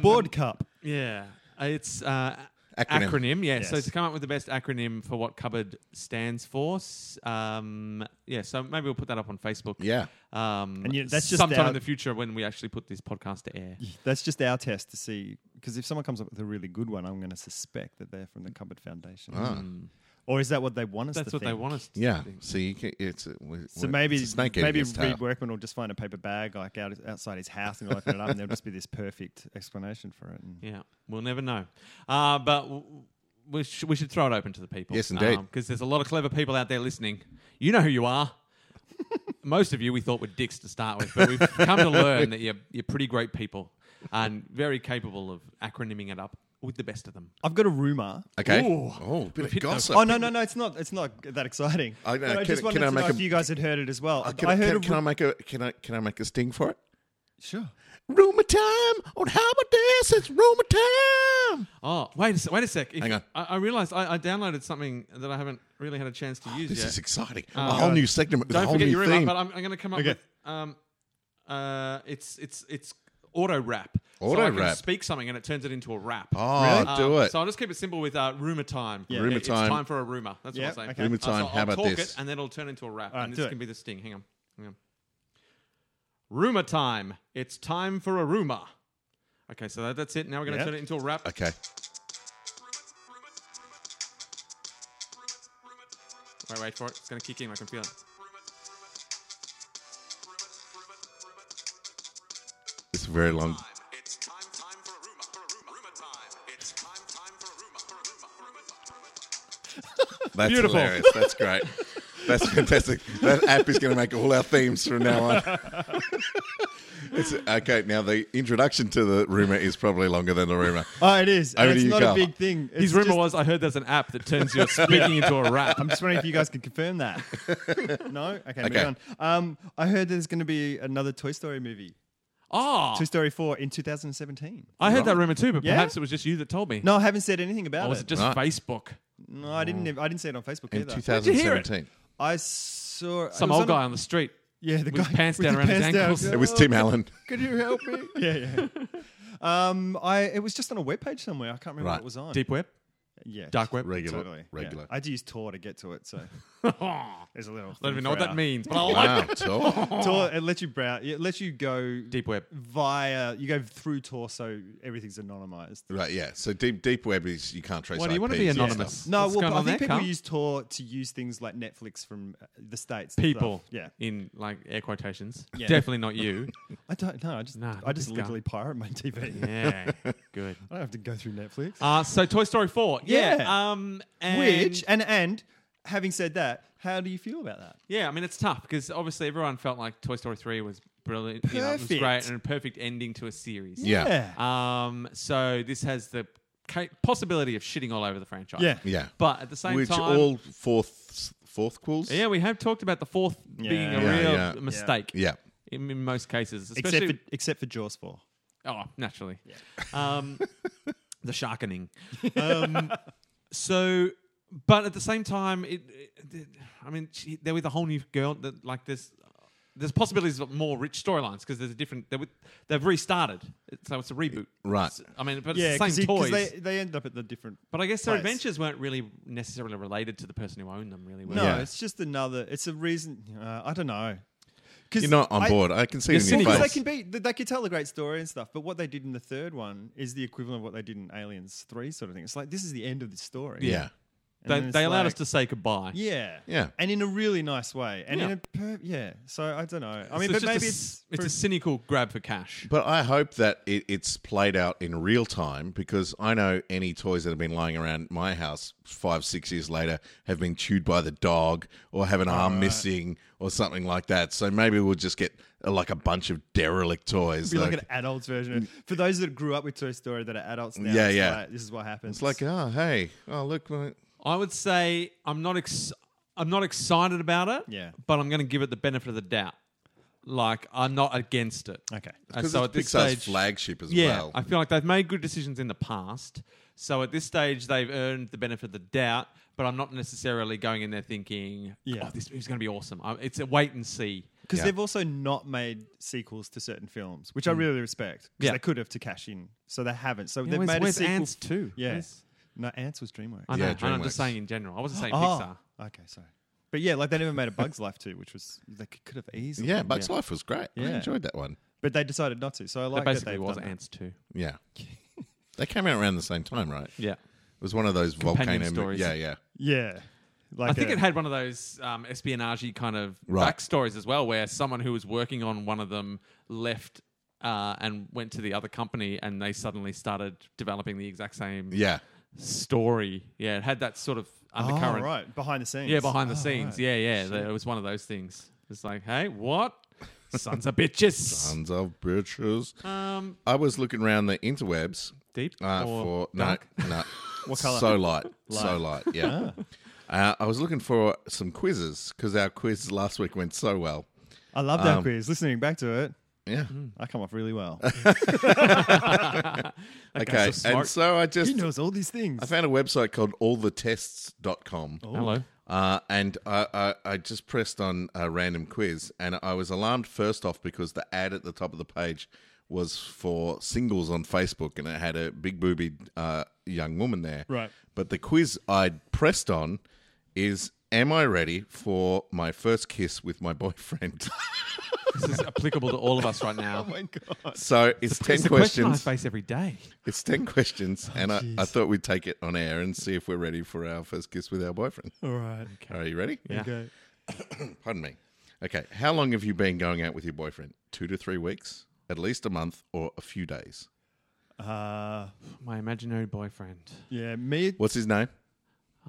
[SPEAKER 5] board cup.
[SPEAKER 4] yeah. It's uh,
[SPEAKER 1] Acronym.
[SPEAKER 4] acronym. Yeah. So
[SPEAKER 5] Yes.
[SPEAKER 4] to come up with the best acronym for what cupboard stands for. s- Um, yeah. So maybe we'll put that up on Facebook.
[SPEAKER 1] Yeah.
[SPEAKER 4] Um,
[SPEAKER 5] And you- that's just
[SPEAKER 4] sometime
[SPEAKER 5] our-
[SPEAKER 4] in the future when we actually put this podcast to air.
[SPEAKER 5] That's just our test to see. Because if someone comes up with a really good one, I'm going to suspect that they're from the Cupboard Foundation.
[SPEAKER 1] Ah.
[SPEAKER 4] Mm.
[SPEAKER 5] Or is that what they want us
[SPEAKER 4] That's
[SPEAKER 5] to
[SPEAKER 4] what they
[SPEAKER 5] think?
[SPEAKER 4] want us. To
[SPEAKER 1] Yeah.
[SPEAKER 4] think.
[SPEAKER 1] So you can, it's a, we-
[SPEAKER 5] So
[SPEAKER 1] we-
[SPEAKER 5] maybe
[SPEAKER 1] it's a snake eating
[SPEAKER 5] maybe
[SPEAKER 1] its tail.
[SPEAKER 5] Reed Workman will just find a paper bag like out, outside his house and he'll open it up and there'll just be this perfect explanation for it. And
[SPEAKER 4] Yeah, we'll never know. Uh, but w- w- we, sh- we should throw it open to the people.
[SPEAKER 1] Yes, indeed.
[SPEAKER 4] Because there's a lot of clever people out there listening. You know who you are. Most of you we thought were dicks to start with, but we've come to learn that you're, you're pretty great people and very capable of acronyming it up with the best of them.
[SPEAKER 5] I've got a rumor.
[SPEAKER 1] Okay.
[SPEAKER 4] Ooh.
[SPEAKER 1] Oh, bit of
[SPEAKER 4] hit the-
[SPEAKER 1] gossip.
[SPEAKER 5] Oh no no no! It's not. It's not that exciting.
[SPEAKER 1] I know,
[SPEAKER 5] But I
[SPEAKER 1] can-
[SPEAKER 5] just wanted
[SPEAKER 1] can I
[SPEAKER 5] to know
[SPEAKER 1] make a-
[SPEAKER 5] if you guys had heard it as well.
[SPEAKER 1] Uh, can,
[SPEAKER 5] I heard.
[SPEAKER 1] can,
[SPEAKER 5] a
[SPEAKER 1] can I
[SPEAKER 5] ru-
[SPEAKER 1] make a can I can I make a sting for it?
[SPEAKER 5] sure.
[SPEAKER 1] Rumor time on how about this? It's rumor time.
[SPEAKER 4] Oh, wait a, se- wait a sec. If-
[SPEAKER 1] Hang on.
[SPEAKER 4] I, I realized I, I downloaded something that I haven't really had a chance to use
[SPEAKER 1] This
[SPEAKER 4] yet.
[SPEAKER 1] is exciting.
[SPEAKER 4] Oh,
[SPEAKER 1] a whole
[SPEAKER 5] God.
[SPEAKER 1] new segment. a
[SPEAKER 4] Don't
[SPEAKER 1] whole
[SPEAKER 4] forget
[SPEAKER 1] new
[SPEAKER 4] your
[SPEAKER 1] theme.
[SPEAKER 4] rip, but I'm, I'm going to come up
[SPEAKER 5] Okay.
[SPEAKER 4] with um, uh, it's it's it's auto rap. so I can
[SPEAKER 1] Auto-rap.
[SPEAKER 4] speak something and it turns it into a rap.
[SPEAKER 1] Oh,
[SPEAKER 4] Um,
[SPEAKER 1] do it.
[SPEAKER 4] So I'll just keep it simple with uh, rumor time.
[SPEAKER 5] Yeah.
[SPEAKER 1] Rumor
[SPEAKER 4] It's
[SPEAKER 1] time.
[SPEAKER 4] time for a rumor. That's
[SPEAKER 5] Yeah,
[SPEAKER 4] what I'm saying.
[SPEAKER 5] okay.
[SPEAKER 1] Rumor
[SPEAKER 4] Uh, so
[SPEAKER 1] time.
[SPEAKER 4] I'll
[SPEAKER 1] How about
[SPEAKER 4] talk
[SPEAKER 1] this?
[SPEAKER 4] it and then it'll turn into a rap.
[SPEAKER 5] Alright,
[SPEAKER 4] and
[SPEAKER 5] do
[SPEAKER 4] this
[SPEAKER 5] it.
[SPEAKER 4] can be the sting. Hang on. Hang on. Rumor time. It's time for a rumor. Okay, so that, that's it. Now we're going to
[SPEAKER 5] Yeah.
[SPEAKER 4] turn it into a rap.
[SPEAKER 1] okay.
[SPEAKER 4] Wait, wait for it. It's going to kick in. I can feel it.
[SPEAKER 1] It's very long.
[SPEAKER 6] It's time, time for a rumor, for a rumor, rumor time. It's time, time for a rumor, for a rumor, for a rumor, for a rumor.
[SPEAKER 1] That's
[SPEAKER 4] Beautiful.
[SPEAKER 1] hilarious. That's great. That's fantastic. That app is going to make all our themes from now on. it's, okay, now the introduction to the rumor is probably longer than the rumor.
[SPEAKER 5] Oh, it is. And
[SPEAKER 1] Over to
[SPEAKER 5] it's
[SPEAKER 1] you,
[SPEAKER 5] not
[SPEAKER 1] Carl.
[SPEAKER 5] a big thing. It's
[SPEAKER 4] His rumor
[SPEAKER 5] just-
[SPEAKER 4] was I heard there's an app that turns your speaking into a rap.
[SPEAKER 5] I'm just wondering if you guys can confirm that. no? Okay,
[SPEAKER 1] Okay.
[SPEAKER 5] moving on. Um, I heard there's going to be another Toy Story movie,
[SPEAKER 4] Oh,
[SPEAKER 5] Toy Story 4, in 2017.
[SPEAKER 4] I heard that rumor too, but
[SPEAKER 5] Yeah?
[SPEAKER 4] perhaps it was just you that told me.
[SPEAKER 5] No, I haven't said anything
[SPEAKER 4] or
[SPEAKER 5] about
[SPEAKER 4] Oh, was
[SPEAKER 5] it.
[SPEAKER 4] it just Mm.
[SPEAKER 1] Right.
[SPEAKER 4] Facebook?
[SPEAKER 5] no, I didn't. ev- I didn't see it on Facebook
[SPEAKER 1] In
[SPEAKER 5] either.
[SPEAKER 1] 2017.
[SPEAKER 5] I saw it
[SPEAKER 4] Some
[SPEAKER 5] was
[SPEAKER 4] old
[SPEAKER 5] on
[SPEAKER 4] guy
[SPEAKER 5] a-
[SPEAKER 4] on the street.
[SPEAKER 5] yeah, the
[SPEAKER 4] with
[SPEAKER 5] guy
[SPEAKER 4] pants down
[SPEAKER 5] the
[SPEAKER 4] around his
[SPEAKER 5] pants down.
[SPEAKER 4] ankles.
[SPEAKER 1] It was Tim Allen.
[SPEAKER 5] Could you help me? yeah, yeah. Um, I it was just on a webpage somewhere. I can't remember what
[SPEAKER 1] Right.
[SPEAKER 5] it was on.
[SPEAKER 4] Deep web?
[SPEAKER 5] yeah,
[SPEAKER 4] Dark web?
[SPEAKER 1] Regular.
[SPEAKER 5] totally. yeah.
[SPEAKER 1] Regular.
[SPEAKER 5] I had to use Tor to get to it, so
[SPEAKER 4] I
[SPEAKER 5] there's a little.
[SPEAKER 4] don't
[SPEAKER 5] thing
[SPEAKER 4] even know
[SPEAKER 5] for
[SPEAKER 4] what that
[SPEAKER 5] our-
[SPEAKER 4] means, but I like
[SPEAKER 1] Wow. tall.
[SPEAKER 5] Tor, it lets you browse. It lets you go
[SPEAKER 4] Deep web.
[SPEAKER 5] via. You go through Tor, so everything's anonymized.
[SPEAKER 1] Right, yeah. So deep deep web is you can't trace
[SPEAKER 4] Why do you
[SPEAKER 1] IPs
[SPEAKER 4] want to be
[SPEAKER 1] and
[SPEAKER 4] anonymous?
[SPEAKER 1] stuff.
[SPEAKER 5] No,
[SPEAKER 4] What's
[SPEAKER 5] well,
[SPEAKER 4] going
[SPEAKER 5] I
[SPEAKER 4] on
[SPEAKER 5] think
[SPEAKER 4] there,
[SPEAKER 5] people
[SPEAKER 4] Carl?
[SPEAKER 5] use Tor to use things like Netflix from uh, the states. and
[SPEAKER 4] people
[SPEAKER 5] stuff. Yeah,
[SPEAKER 4] in like air quotations.
[SPEAKER 5] Yeah.
[SPEAKER 4] Definitely not you.
[SPEAKER 5] I don't know. I just,
[SPEAKER 4] Nah,
[SPEAKER 5] I
[SPEAKER 4] not this
[SPEAKER 5] just
[SPEAKER 4] guy.
[SPEAKER 5] literally pirate my TV.
[SPEAKER 4] yeah, good.
[SPEAKER 5] I don't have to go through Netflix.
[SPEAKER 4] Uh, so Toy Story 4. Yeah.
[SPEAKER 5] Yeah.
[SPEAKER 4] Um, and
[SPEAKER 5] Which eh? and and having said that, how do you feel about that?
[SPEAKER 4] Yeah, I mean, it's tough because obviously everyone felt like Toy Story 3 was brilliant. You know, it was
[SPEAKER 5] Perfect.
[SPEAKER 4] great and a perfect ending to a series.
[SPEAKER 1] Yeah.
[SPEAKER 4] Um, so this has the ca- possibility of shitting all over the franchise.
[SPEAKER 5] Yeah.
[SPEAKER 1] Yeah.
[SPEAKER 4] But at the same
[SPEAKER 1] Which
[SPEAKER 4] time,
[SPEAKER 1] all fourth fourth quills?
[SPEAKER 4] Yeah, we have talked about the fourth
[SPEAKER 5] Yeah.
[SPEAKER 4] being a
[SPEAKER 5] Yeah,
[SPEAKER 4] real
[SPEAKER 1] yeah.
[SPEAKER 4] mistake
[SPEAKER 1] Yeah.
[SPEAKER 4] in, in most cases,
[SPEAKER 5] except
[SPEAKER 4] especially
[SPEAKER 5] for except for Jaws four.
[SPEAKER 4] oh, naturally, um, the sharkening. Um, so, but at the same time, it, it- I mean, she, they're with a whole new girl. That like there's there's possibilities of more rich storylines because there's a different. They're with, they've restarted, so it's a reboot.
[SPEAKER 1] Right.
[SPEAKER 4] It's- I mean, but
[SPEAKER 5] Yeah,
[SPEAKER 4] it's the
[SPEAKER 5] because
[SPEAKER 4] same toys.
[SPEAKER 5] they they end up at the different.
[SPEAKER 4] but I guess their
[SPEAKER 5] Place.
[SPEAKER 4] adventures weren't really necessarily related to the person who owned them, really. were
[SPEAKER 5] No,
[SPEAKER 4] they?
[SPEAKER 1] Yeah.
[SPEAKER 5] it's just another. It's a reason. Uh, I don't know. Because
[SPEAKER 1] You're not on board. I can see it
[SPEAKER 4] You're
[SPEAKER 1] in your
[SPEAKER 5] Because they
[SPEAKER 1] face.
[SPEAKER 5] can be, th- they can tell a great story and stuff, but what they did in the third one is the equivalent of what they did in Aliens Three, sort of thing. It's like this is the end of the story.
[SPEAKER 1] yeah.
[SPEAKER 5] And
[SPEAKER 4] They,
[SPEAKER 5] then it's
[SPEAKER 4] they allowed
[SPEAKER 5] like-
[SPEAKER 4] us to say goodbye.
[SPEAKER 5] Yeah,
[SPEAKER 1] Yeah.
[SPEAKER 5] and in a really nice way, and in
[SPEAKER 4] Yeah.
[SPEAKER 5] a per- yeah. So I don't know. I
[SPEAKER 4] I mean,
[SPEAKER 5] mean, but maybe
[SPEAKER 4] a,
[SPEAKER 5] it's
[SPEAKER 4] it's, it's a cynical grab for cash.
[SPEAKER 1] But I hope that it, it's played out in real time because I know any toys that have been lying around my house five, six years later have been chewed by the dog or have an arm missing or something like that. So maybe we'll just get uh, like a bunch of derelict toys.
[SPEAKER 5] be like,
[SPEAKER 1] like-
[SPEAKER 5] an adult's version. Of, for those that grew up with Toy Story that are adults now,
[SPEAKER 1] Mm. Yeah,
[SPEAKER 5] it's
[SPEAKER 1] yeah.
[SPEAKER 5] like, this is what happens.
[SPEAKER 1] it's like, oh, hey, oh, look. my-
[SPEAKER 4] I would say I'm not ex- I'm not excited about it.
[SPEAKER 5] Yeah.
[SPEAKER 4] But I'm going to give it the benefit of the doubt. Like I'm not against it.
[SPEAKER 5] okay,
[SPEAKER 4] And
[SPEAKER 1] 'Cause
[SPEAKER 4] so
[SPEAKER 1] it's
[SPEAKER 4] at this
[SPEAKER 1] Pixar's
[SPEAKER 4] stage,
[SPEAKER 1] flagship as
[SPEAKER 4] yeah,
[SPEAKER 1] well.
[SPEAKER 4] I feel like they've made good decisions in the past. So at this stage, they've earned the benefit of the doubt. But I'm not necessarily going in there thinking,
[SPEAKER 5] Yeah.
[SPEAKER 4] "Oh, this is going to be awesome." I, it's a wait and see.
[SPEAKER 5] because
[SPEAKER 1] Yeah.
[SPEAKER 5] they've also not made sequels to certain films,
[SPEAKER 1] Mm.
[SPEAKER 5] which I really respect because
[SPEAKER 4] Yeah.
[SPEAKER 5] they could have to cash in, so they haven't. So
[SPEAKER 4] Yeah,
[SPEAKER 5] they've
[SPEAKER 4] where's
[SPEAKER 5] made
[SPEAKER 4] where's
[SPEAKER 5] a sequel.
[SPEAKER 4] Ants Oh, too?
[SPEAKER 5] Yeah.
[SPEAKER 4] Where's-
[SPEAKER 5] No, Ants was DreamWorks.
[SPEAKER 4] I know.
[SPEAKER 1] Yeah,
[SPEAKER 4] I know I'm just
[SPEAKER 1] DreamWorks.
[SPEAKER 4] saying in general. I wasn't saying Pixar.
[SPEAKER 5] Oh, okay, sorry. But yeah, like they never made a Bugs Life too, which was they c- could have easily.
[SPEAKER 1] Yeah, Bugs Life was great. I
[SPEAKER 5] Yeah.
[SPEAKER 1] enjoyed that one.
[SPEAKER 5] but they decided not to. So I like
[SPEAKER 4] That basically
[SPEAKER 5] that they've
[SPEAKER 4] was
[SPEAKER 5] done that.
[SPEAKER 4] Ants too.
[SPEAKER 1] Yeah. they came out around the same time, right?
[SPEAKER 4] Yeah.
[SPEAKER 1] It was one of those
[SPEAKER 4] Companion
[SPEAKER 1] volcano mo-
[SPEAKER 4] stories.
[SPEAKER 1] Yeah, yeah.
[SPEAKER 5] Yeah, like
[SPEAKER 4] I think
[SPEAKER 5] a-
[SPEAKER 4] it had one of those um, espionage kind of
[SPEAKER 1] Right.
[SPEAKER 4] backstories as well, where someone who was working on one of them left uh, and went to the other company, and they suddenly started developing the exact same
[SPEAKER 1] Yeah.
[SPEAKER 4] story. Yeah, it had that sort of
[SPEAKER 5] oh,
[SPEAKER 4] undercurrent.
[SPEAKER 5] right behind the scenes.
[SPEAKER 4] Yeah, behind the
[SPEAKER 5] Oh,
[SPEAKER 4] scenes.
[SPEAKER 5] right.
[SPEAKER 4] Yeah, yeah. It was one of those things. It's like, hey, what? Sons of bitches.
[SPEAKER 1] Sons of bitches.
[SPEAKER 4] Um,
[SPEAKER 1] I was looking around the interwebs
[SPEAKER 4] deep
[SPEAKER 1] uh,
[SPEAKER 4] or
[SPEAKER 1] for no,
[SPEAKER 4] dark?
[SPEAKER 1] no.
[SPEAKER 5] What colour?
[SPEAKER 1] So light, so light.
[SPEAKER 5] Light.
[SPEAKER 1] Yeah. Uh, I was looking for some quizzes because our quiz last week went so well.
[SPEAKER 5] I love that
[SPEAKER 1] Um,
[SPEAKER 5] quiz. Listening back to it,
[SPEAKER 1] Yeah.
[SPEAKER 5] I come off really well.
[SPEAKER 4] That
[SPEAKER 1] Okay.
[SPEAKER 4] guy's so
[SPEAKER 1] and
[SPEAKER 4] smart.
[SPEAKER 1] so I just
[SPEAKER 5] he knows all these things.
[SPEAKER 1] I found a website called allthetests.com.
[SPEAKER 4] Hello.
[SPEAKER 1] Uh, and I, I, I just pressed on a random quiz, and I was alarmed first off because the ad at the top of the page was for singles on Facebook, and it had a big boobied uh, young woman there.
[SPEAKER 5] Right.
[SPEAKER 1] But the quiz I pressed on is Am I ready for my first kiss with my boyfriend?
[SPEAKER 4] This is applicable to all of us right now.
[SPEAKER 5] oh my god!
[SPEAKER 1] so it's, 10
[SPEAKER 4] it's a question Oh, I
[SPEAKER 1] questions.
[SPEAKER 4] face every day.
[SPEAKER 1] It's 10 questions, and I, I thought we'd take it on air and see if we're ready for our first kiss with our boyfriend.
[SPEAKER 5] All right.
[SPEAKER 1] Are you ready?
[SPEAKER 4] Yeah.
[SPEAKER 5] Okay.
[SPEAKER 1] Pardon me. Okay. How long have you been going out with your boyfriend? Two to three weeks, at least a month, or a few days?
[SPEAKER 5] Uh,
[SPEAKER 4] My imaginary boyfriend.
[SPEAKER 5] yeah, me.
[SPEAKER 1] What's his name?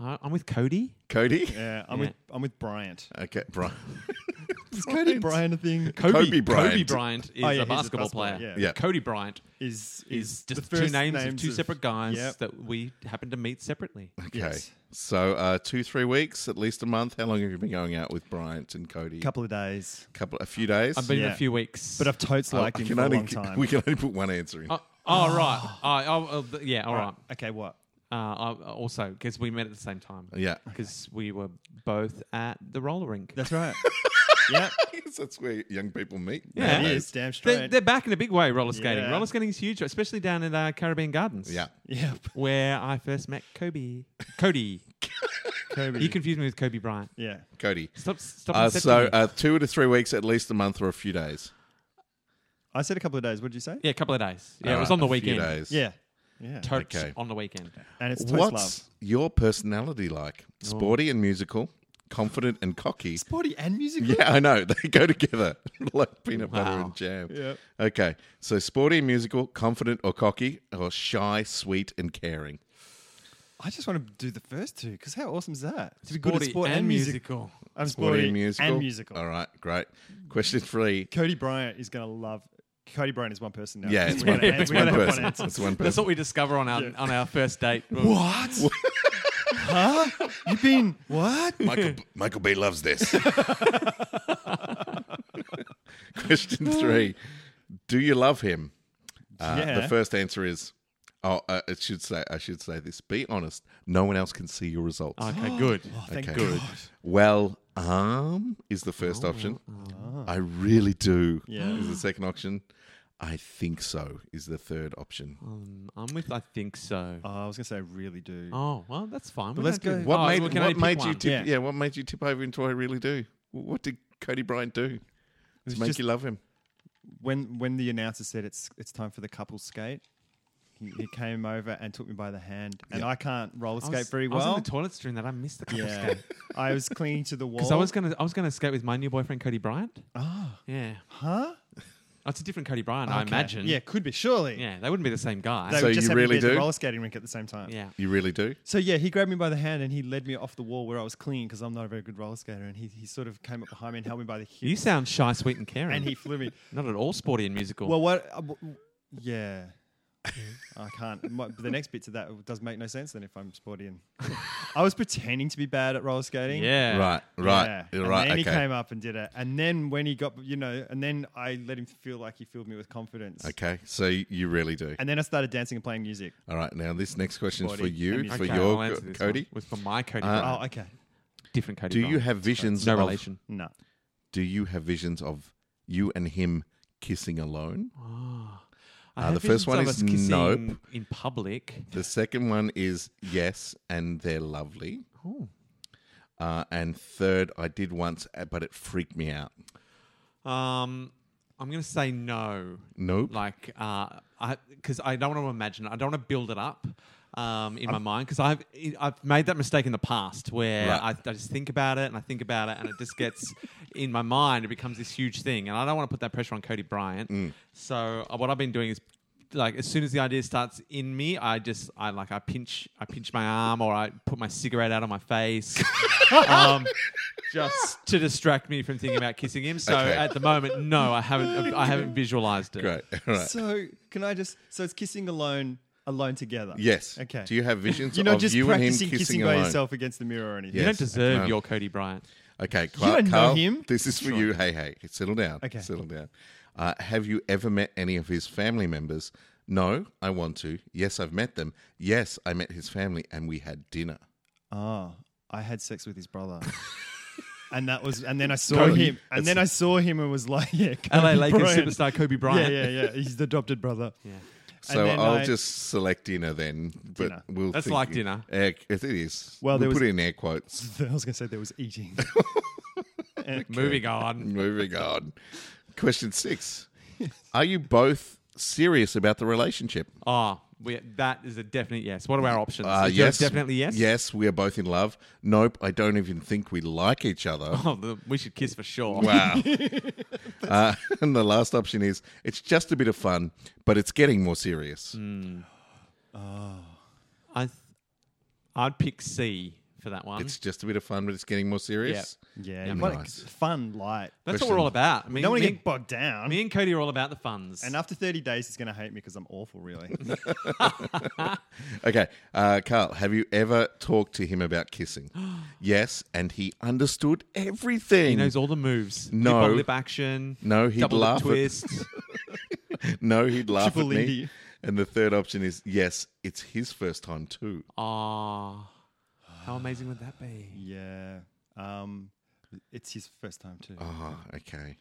[SPEAKER 4] Uh, I'm with Cody.
[SPEAKER 1] Cody?
[SPEAKER 5] Yeah, I'm
[SPEAKER 4] Yeah.
[SPEAKER 5] with I'm with Bryant.
[SPEAKER 1] Okay. Brian.
[SPEAKER 5] Is Cody Bryant a thing?
[SPEAKER 1] Kobe Bryant.
[SPEAKER 4] Kobe Bryant is
[SPEAKER 5] Oh, yeah, he's
[SPEAKER 4] a
[SPEAKER 5] a
[SPEAKER 4] basketball
[SPEAKER 5] basketball,
[SPEAKER 4] player.
[SPEAKER 1] yeah. Yeah.
[SPEAKER 4] Cody Bryant
[SPEAKER 5] Is
[SPEAKER 4] is
[SPEAKER 5] the
[SPEAKER 4] just two
[SPEAKER 5] first
[SPEAKER 4] names, of two
[SPEAKER 5] of-
[SPEAKER 4] separate guys
[SPEAKER 5] Yep.
[SPEAKER 4] that we happen to meet separately.
[SPEAKER 1] Okay.
[SPEAKER 5] Yes.
[SPEAKER 1] So, uh, two, three weeks, at least a month. How long have you been going out with Bryant and Cody?
[SPEAKER 5] couple of days,
[SPEAKER 1] Couple a few days.
[SPEAKER 4] I've been in a
[SPEAKER 5] Yeah.
[SPEAKER 4] few weeks.
[SPEAKER 5] but I've totes
[SPEAKER 1] Oh, I
[SPEAKER 5] liked him
[SPEAKER 1] can
[SPEAKER 5] for
[SPEAKER 1] only-
[SPEAKER 5] a long time.
[SPEAKER 1] We can only put one answer in.
[SPEAKER 4] Oh, oh, right. Oh, oh, oh, th- yeah, all right.
[SPEAKER 5] Okay, what?
[SPEAKER 4] Uh, I- also, because we met at the same time.
[SPEAKER 1] Oh, Yeah.
[SPEAKER 4] Because we were both at the roller rink.
[SPEAKER 5] That's right. yeah,
[SPEAKER 1] I guess that's where young people meet.
[SPEAKER 4] Yeah.
[SPEAKER 5] it
[SPEAKER 1] nowadays.
[SPEAKER 5] is damn
[SPEAKER 4] They're,
[SPEAKER 5] straight.
[SPEAKER 4] they're back in a big way, roller skating.
[SPEAKER 5] Yeah.
[SPEAKER 4] Roller skating is huge, especially down in uh, Caribbean Gardens.
[SPEAKER 1] Yeah.
[SPEAKER 5] Yep.
[SPEAKER 4] Where I first met Kobe. Cody.
[SPEAKER 5] Kobe.
[SPEAKER 4] you confused me with Kobe Bryant.
[SPEAKER 5] yeah.
[SPEAKER 1] Cody.
[SPEAKER 4] Stop, stop.
[SPEAKER 1] Uh,
[SPEAKER 4] incepting
[SPEAKER 1] so,
[SPEAKER 4] me.
[SPEAKER 1] uh, two to three weeks, at least a month, or a few days.
[SPEAKER 5] I said a couple of days. What did you say?
[SPEAKER 4] yeah, a couple of days. Yeah,
[SPEAKER 1] All
[SPEAKER 4] it was
[SPEAKER 1] right,
[SPEAKER 4] on the
[SPEAKER 1] Uh, a few
[SPEAKER 4] weekend.
[SPEAKER 1] days.
[SPEAKER 5] Yeah. Yeah.
[SPEAKER 4] Totes
[SPEAKER 1] Okay.
[SPEAKER 4] on the weekend.
[SPEAKER 5] and it's totes
[SPEAKER 1] What's
[SPEAKER 5] love. Oh.
[SPEAKER 1] your personality like? Sporty and musical, confident and cocky.
[SPEAKER 5] Sporty and musical.
[SPEAKER 1] Yeah, I know. They go together like peanut butter
[SPEAKER 4] Wow.
[SPEAKER 1] and jam.
[SPEAKER 5] Yeah.
[SPEAKER 1] Okay. So sporty and musical, confident or cocky, or shy, sweet and caring.
[SPEAKER 5] I just want to do the first two because how awesome is that? To be
[SPEAKER 4] Sporty and musical.
[SPEAKER 5] I'm sporty,
[SPEAKER 1] Sporty and musical.
[SPEAKER 5] and musical.
[SPEAKER 1] All right, great. Question three.
[SPEAKER 5] Cody Bryant is going to love. Cody Bryant is one person now.
[SPEAKER 1] Yeah,
[SPEAKER 5] We
[SPEAKER 1] it's
[SPEAKER 5] gotta
[SPEAKER 1] one,
[SPEAKER 5] have-
[SPEAKER 1] it's
[SPEAKER 5] we
[SPEAKER 1] one
[SPEAKER 5] gotta have
[SPEAKER 1] person.
[SPEAKER 5] answer.
[SPEAKER 1] It's one
[SPEAKER 4] That's
[SPEAKER 1] person.
[SPEAKER 4] what we discover on our on our first date.
[SPEAKER 5] What? huh? You've been what?
[SPEAKER 1] Michael, Michael B loves this. Question three. Do you love him? Uh, The
[SPEAKER 5] Yeah.
[SPEAKER 1] first answer is, oh, uh, it should say, I should say this. Be honest. No one else can see your results.
[SPEAKER 4] Okay, good.
[SPEAKER 5] Oh, Thank
[SPEAKER 1] Okay.
[SPEAKER 5] God.
[SPEAKER 1] Well, um, is the first option. I really do.
[SPEAKER 5] Yeah.
[SPEAKER 1] Is the second option. I think so. Is the third option.
[SPEAKER 4] Um, I'm with. I think so.
[SPEAKER 5] Oh, I was going to say I really do.
[SPEAKER 4] Oh well, that's fine.
[SPEAKER 5] But
[SPEAKER 4] We
[SPEAKER 5] let's
[SPEAKER 4] don't do-
[SPEAKER 5] go-
[SPEAKER 1] What
[SPEAKER 4] oh,
[SPEAKER 1] made
[SPEAKER 4] we can only
[SPEAKER 1] what
[SPEAKER 4] pick
[SPEAKER 1] made you
[SPEAKER 4] one.
[SPEAKER 1] tip? Yeah.
[SPEAKER 5] Yeah.
[SPEAKER 1] What made you tip over into I really do? W- What did Cody Bryant do
[SPEAKER 5] was
[SPEAKER 1] to make
[SPEAKER 5] just-
[SPEAKER 1] you love him?
[SPEAKER 5] When when the announcer said it's it's time for the couple skate, he, he came over and took me by the hand, and I can't roller
[SPEAKER 4] I
[SPEAKER 5] skate
[SPEAKER 4] was-
[SPEAKER 5] very
[SPEAKER 4] I was
[SPEAKER 5] well.
[SPEAKER 4] in the toilets during that. I missed the couple
[SPEAKER 5] yeah,
[SPEAKER 4] skate
[SPEAKER 5] I was clinging to the wall.
[SPEAKER 4] because I was gonna I was gonna skate with my new boyfriend Cody Bryant.
[SPEAKER 5] Ah,
[SPEAKER 4] Yeah,
[SPEAKER 5] huh?
[SPEAKER 4] that's a different Cody Bryant, I
[SPEAKER 5] Okay.
[SPEAKER 4] imagine.
[SPEAKER 5] Yeah, could be surely.
[SPEAKER 4] yeah, they wouldn't be the same guy.
[SPEAKER 5] They
[SPEAKER 1] So
[SPEAKER 5] would just
[SPEAKER 1] you
[SPEAKER 5] happen to be
[SPEAKER 1] really
[SPEAKER 5] at the
[SPEAKER 1] do?
[SPEAKER 5] roller skating rink at the same time.
[SPEAKER 4] yeah,
[SPEAKER 1] You really do.
[SPEAKER 5] So yeah, he grabbed me by the hand and he led me off the wall where I was clinging because I'm not a very good roller skater, and he, he sort of came up behind me and held me by the hip,
[SPEAKER 4] you sound shy, sweet, and caring.
[SPEAKER 5] and he flew me.
[SPEAKER 4] not at all sporty and musical.
[SPEAKER 5] Well, what? Uh, w- yeah, I can't. My, the next bit to that does make no sense. Then, if I'm sporty and I was pretending to be bad at roller skating.
[SPEAKER 4] yeah,
[SPEAKER 1] Right. Right.
[SPEAKER 5] Yeah.
[SPEAKER 1] you're
[SPEAKER 5] And
[SPEAKER 1] Right. Okay.
[SPEAKER 5] then he came up and did it, and then when he got, you know, and then I let him feel like he filled me with confidence.
[SPEAKER 1] Okay. So you really do.
[SPEAKER 5] And then I started dancing and playing music.
[SPEAKER 1] All right. Now this next question is for
[SPEAKER 5] Body
[SPEAKER 1] you,
[SPEAKER 5] and
[SPEAKER 1] for
[SPEAKER 4] Okay, I'll
[SPEAKER 1] your
[SPEAKER 4] answer
[SPEAKER 1] co-
[SPEAKER 4] this
[SPEAKER 1] Cody.
[SPEAKER 4] one. was for my Cody
[SPEAKER 1] Uh,
[SPEAKER 4] Bryant.
[SPEAKER 5] Oh, okay.
[SPEAKER 4] different Cody.
[SPEAKER 1] Do you
[SPEAKER 4] Bryant.
[SPEAKER 1] have visions?
[SPEAKER 4] no
[SPEAKER 1] of-
[SPEAKER 4] relation?
[SPEAKER 5] No.
[SPEAKER 4] Oh,
[SPEAKER 1] Do you have visions of you and him kissing alone?
[SPEAKER 4] I
[SPEAKER 1] Uh,
[SPEAKER 4] have
[SPEAKER 1] the first
[SPEAKER 4] visions
[SPEAKER 1] one
[SPEAKER 4] of
[SPEAKER 1] is
[SPEAKER 4] us kissing
[SPEAKER 1] nope.
[SPEAKER 4] in public.
[SPEAKER 1] The second one is yes, and they're lovely. Uh, and third, I did once, uh, but it freaked me out.
[SPEAKER 4] Um, I'm going to say no.
[SPEAKER 1] Nope.
[SPEAKER 4] Like, uh, I because I don't want to imagine. it. I don't want to build it up. Um, in my mind, because I've e, I've made that mistake in the past where
[SPEAKER 1] Right.
[SPEAKER 4] I, I just think about it and I think about it and it just gets in my mind. It becomes this huge thing, and I don't want to put that pressure on Cody Bryant.
[SPEAKER 1] Mm.
[SPEAKER 4] So uh, what I've been doing is like as soon as the idea starts in me, I just I like I pinch I pinch my arm or I put my cigarette out of my face. um, just to distract me from thinking about kissing him. So
[SPEAKER 1] Okay.
[SPEAKER 4] at the moment, no, I haven't. I haven't visualized it.
[SPEAKER 1] Great. All right.
[SPEAKER 5] So can I just? So it's kissing alone, alone together.
[SPEAKER 1] yes.
[SPEAKER 5] Okay.
[SPEAKER 1] Do you have visions
[SPEAKER 5] You're not
[SPEAKER 1] of
[SPEAKER 5] just
[SPEAKER 1] you and him
[SPEAKER 5] practicing
[SPEAKER 1] kissing,
[SPEAKER 5] kissing by
[SPEAKER 1] alone?
[SPEAKER 5] yourself against the mirror or anything.
[SPEAKER 4] You
[SPEAKER 1] Yeah.
[SPEAKER 4] don't
[SPEAKER 1] Yes,
[SPEAKER 4] deserve
[SPEAKER 1] um,
[SPEAKER 4] your Cody Bryant.
[SPEAKER 1] Okay, Carl.
[SPEAKER 5] don't know
[SPEAKER 1] Carl,
[SPEAKER 5] him.
[SPEAKER 1] This is for you. Hey, hey, settle down.
[SPEAKER 5] Okay.
[SPEAKER 1] settle down. Uh, have you ever met any of his family members? No, I want to. Yes, I've met them. Yes, I met his family, and we had dinner.
[SPEAKER 5] Oh, I had sex with his brother. and that was, and then I saw
[SPEAKER 1] Cody,
[SPEAKER 5] him, and
[SPEAKER 1] it's-
[SPEAKER 5] then I saw him and was like, yeah,
[SPEAKER 4] LA
[SPEAKER 5] Kobe
[SPEAKER 4] Lakers
[SPEAKER 5] Bryant.
[SPEAKER 4] superstar Kobe
[SPEAKER 5] Yeah,
[SPEAKER 4] Bryant.
[SPEAKER 5] yeah, yeah. He's the adopted brother. Yeah.
[SPEAKER 1] So I'll just select dinner then. But
[SPEAKER 5] Dinner.
[SPEAKER 1] we'll
[SPEAKER 4] That's
[SPEAKER 1] think-
[SPEAKER 4] like dinner.
[SPEAKER 1] Eh, it is.
[SPEAKER 5] Well,
[SPEAKER 1] Well,
[SPEAKER 5] there
[SPEAKER 1] we'll
[SPEAKER 5] was-
[SPEAKER 1] put in air quotes.
[SPEAKER 5] I was going to say there was eating.
[SPEAKER 4] Moving on.
[SPEAKER 1] Moving on. Question six: Are you both serious about the relationship?
[SPEAKER 4] Oh, we, that is a definite yes. What are our options?
[SPEAKER 1] Uh,
[SPEAKER 4] Is yours
[SPEAKER 1] yes,
[SPEAKER 4] definitely yes.
[SPEAKER 1] Yes, we are both in love. Nope, I don't even think we like each other.
[SPEAKER 4] Oh, the, we should kiss for sure.
[SPEAKER 1] Wow. uh, and the last option is it's just a bit of fun, but it's getting more serious.
[SPEAKER 5] Mm-hmm.
[SPEAKER 4] I, th- I'd pick C for that one.
[SPEAKER 1] It's just a bit of fun, but it's getting more serious.
[SPEAKER 5] yeah,
[SPEAKER 4] Yeah,
[SPEAKER 5] you want
[SPEAKER 1] nice.
[SPEAKER 5] it fun, light.
[SPEAKER 4] That's what
[SPEAKER 1] question.
[SPEAKER 4] we're all about. I mean,
[SPEAKER 5] Don't want
[SPEAKER 4] me,
[SPEAKER 5] to get bogged down.
[SPEAKER 4] me and Cody are all about the funds.
[SPEAKER 5] and after 30 days, he's going to hate me because I'm awful, really.
[SPEAKER 1] Okay, uh, Carl, have you ever talked to him about kissing? yes, and he understood everything.
[SPEAKER 4] He knows all the moves.
[SPEAKER 1] No.
[SPEAKER 4] Hip-hop lip action.
[SPEAKER 1] No, he'd
[SPEAKER 4] double lip
[SPEAKER 1] laugh at-
[SPEAKER 4] twist.
[SPEAKER 1] no, he'd laugh
[SPEAKER 5] Triple
[SPEAKER 1] at me.
[SPEAKER 5] Lindy.
[SPEAKER 1] And the third option is yes, it's his first time too.
[SPEAKER 4] Ah, how amazing would that be?
[SPEAKER 5] yeah. Um, it's his first time, too.
[SPEAKER 4] Oh.
[SPEAKER 1] Ah, okay,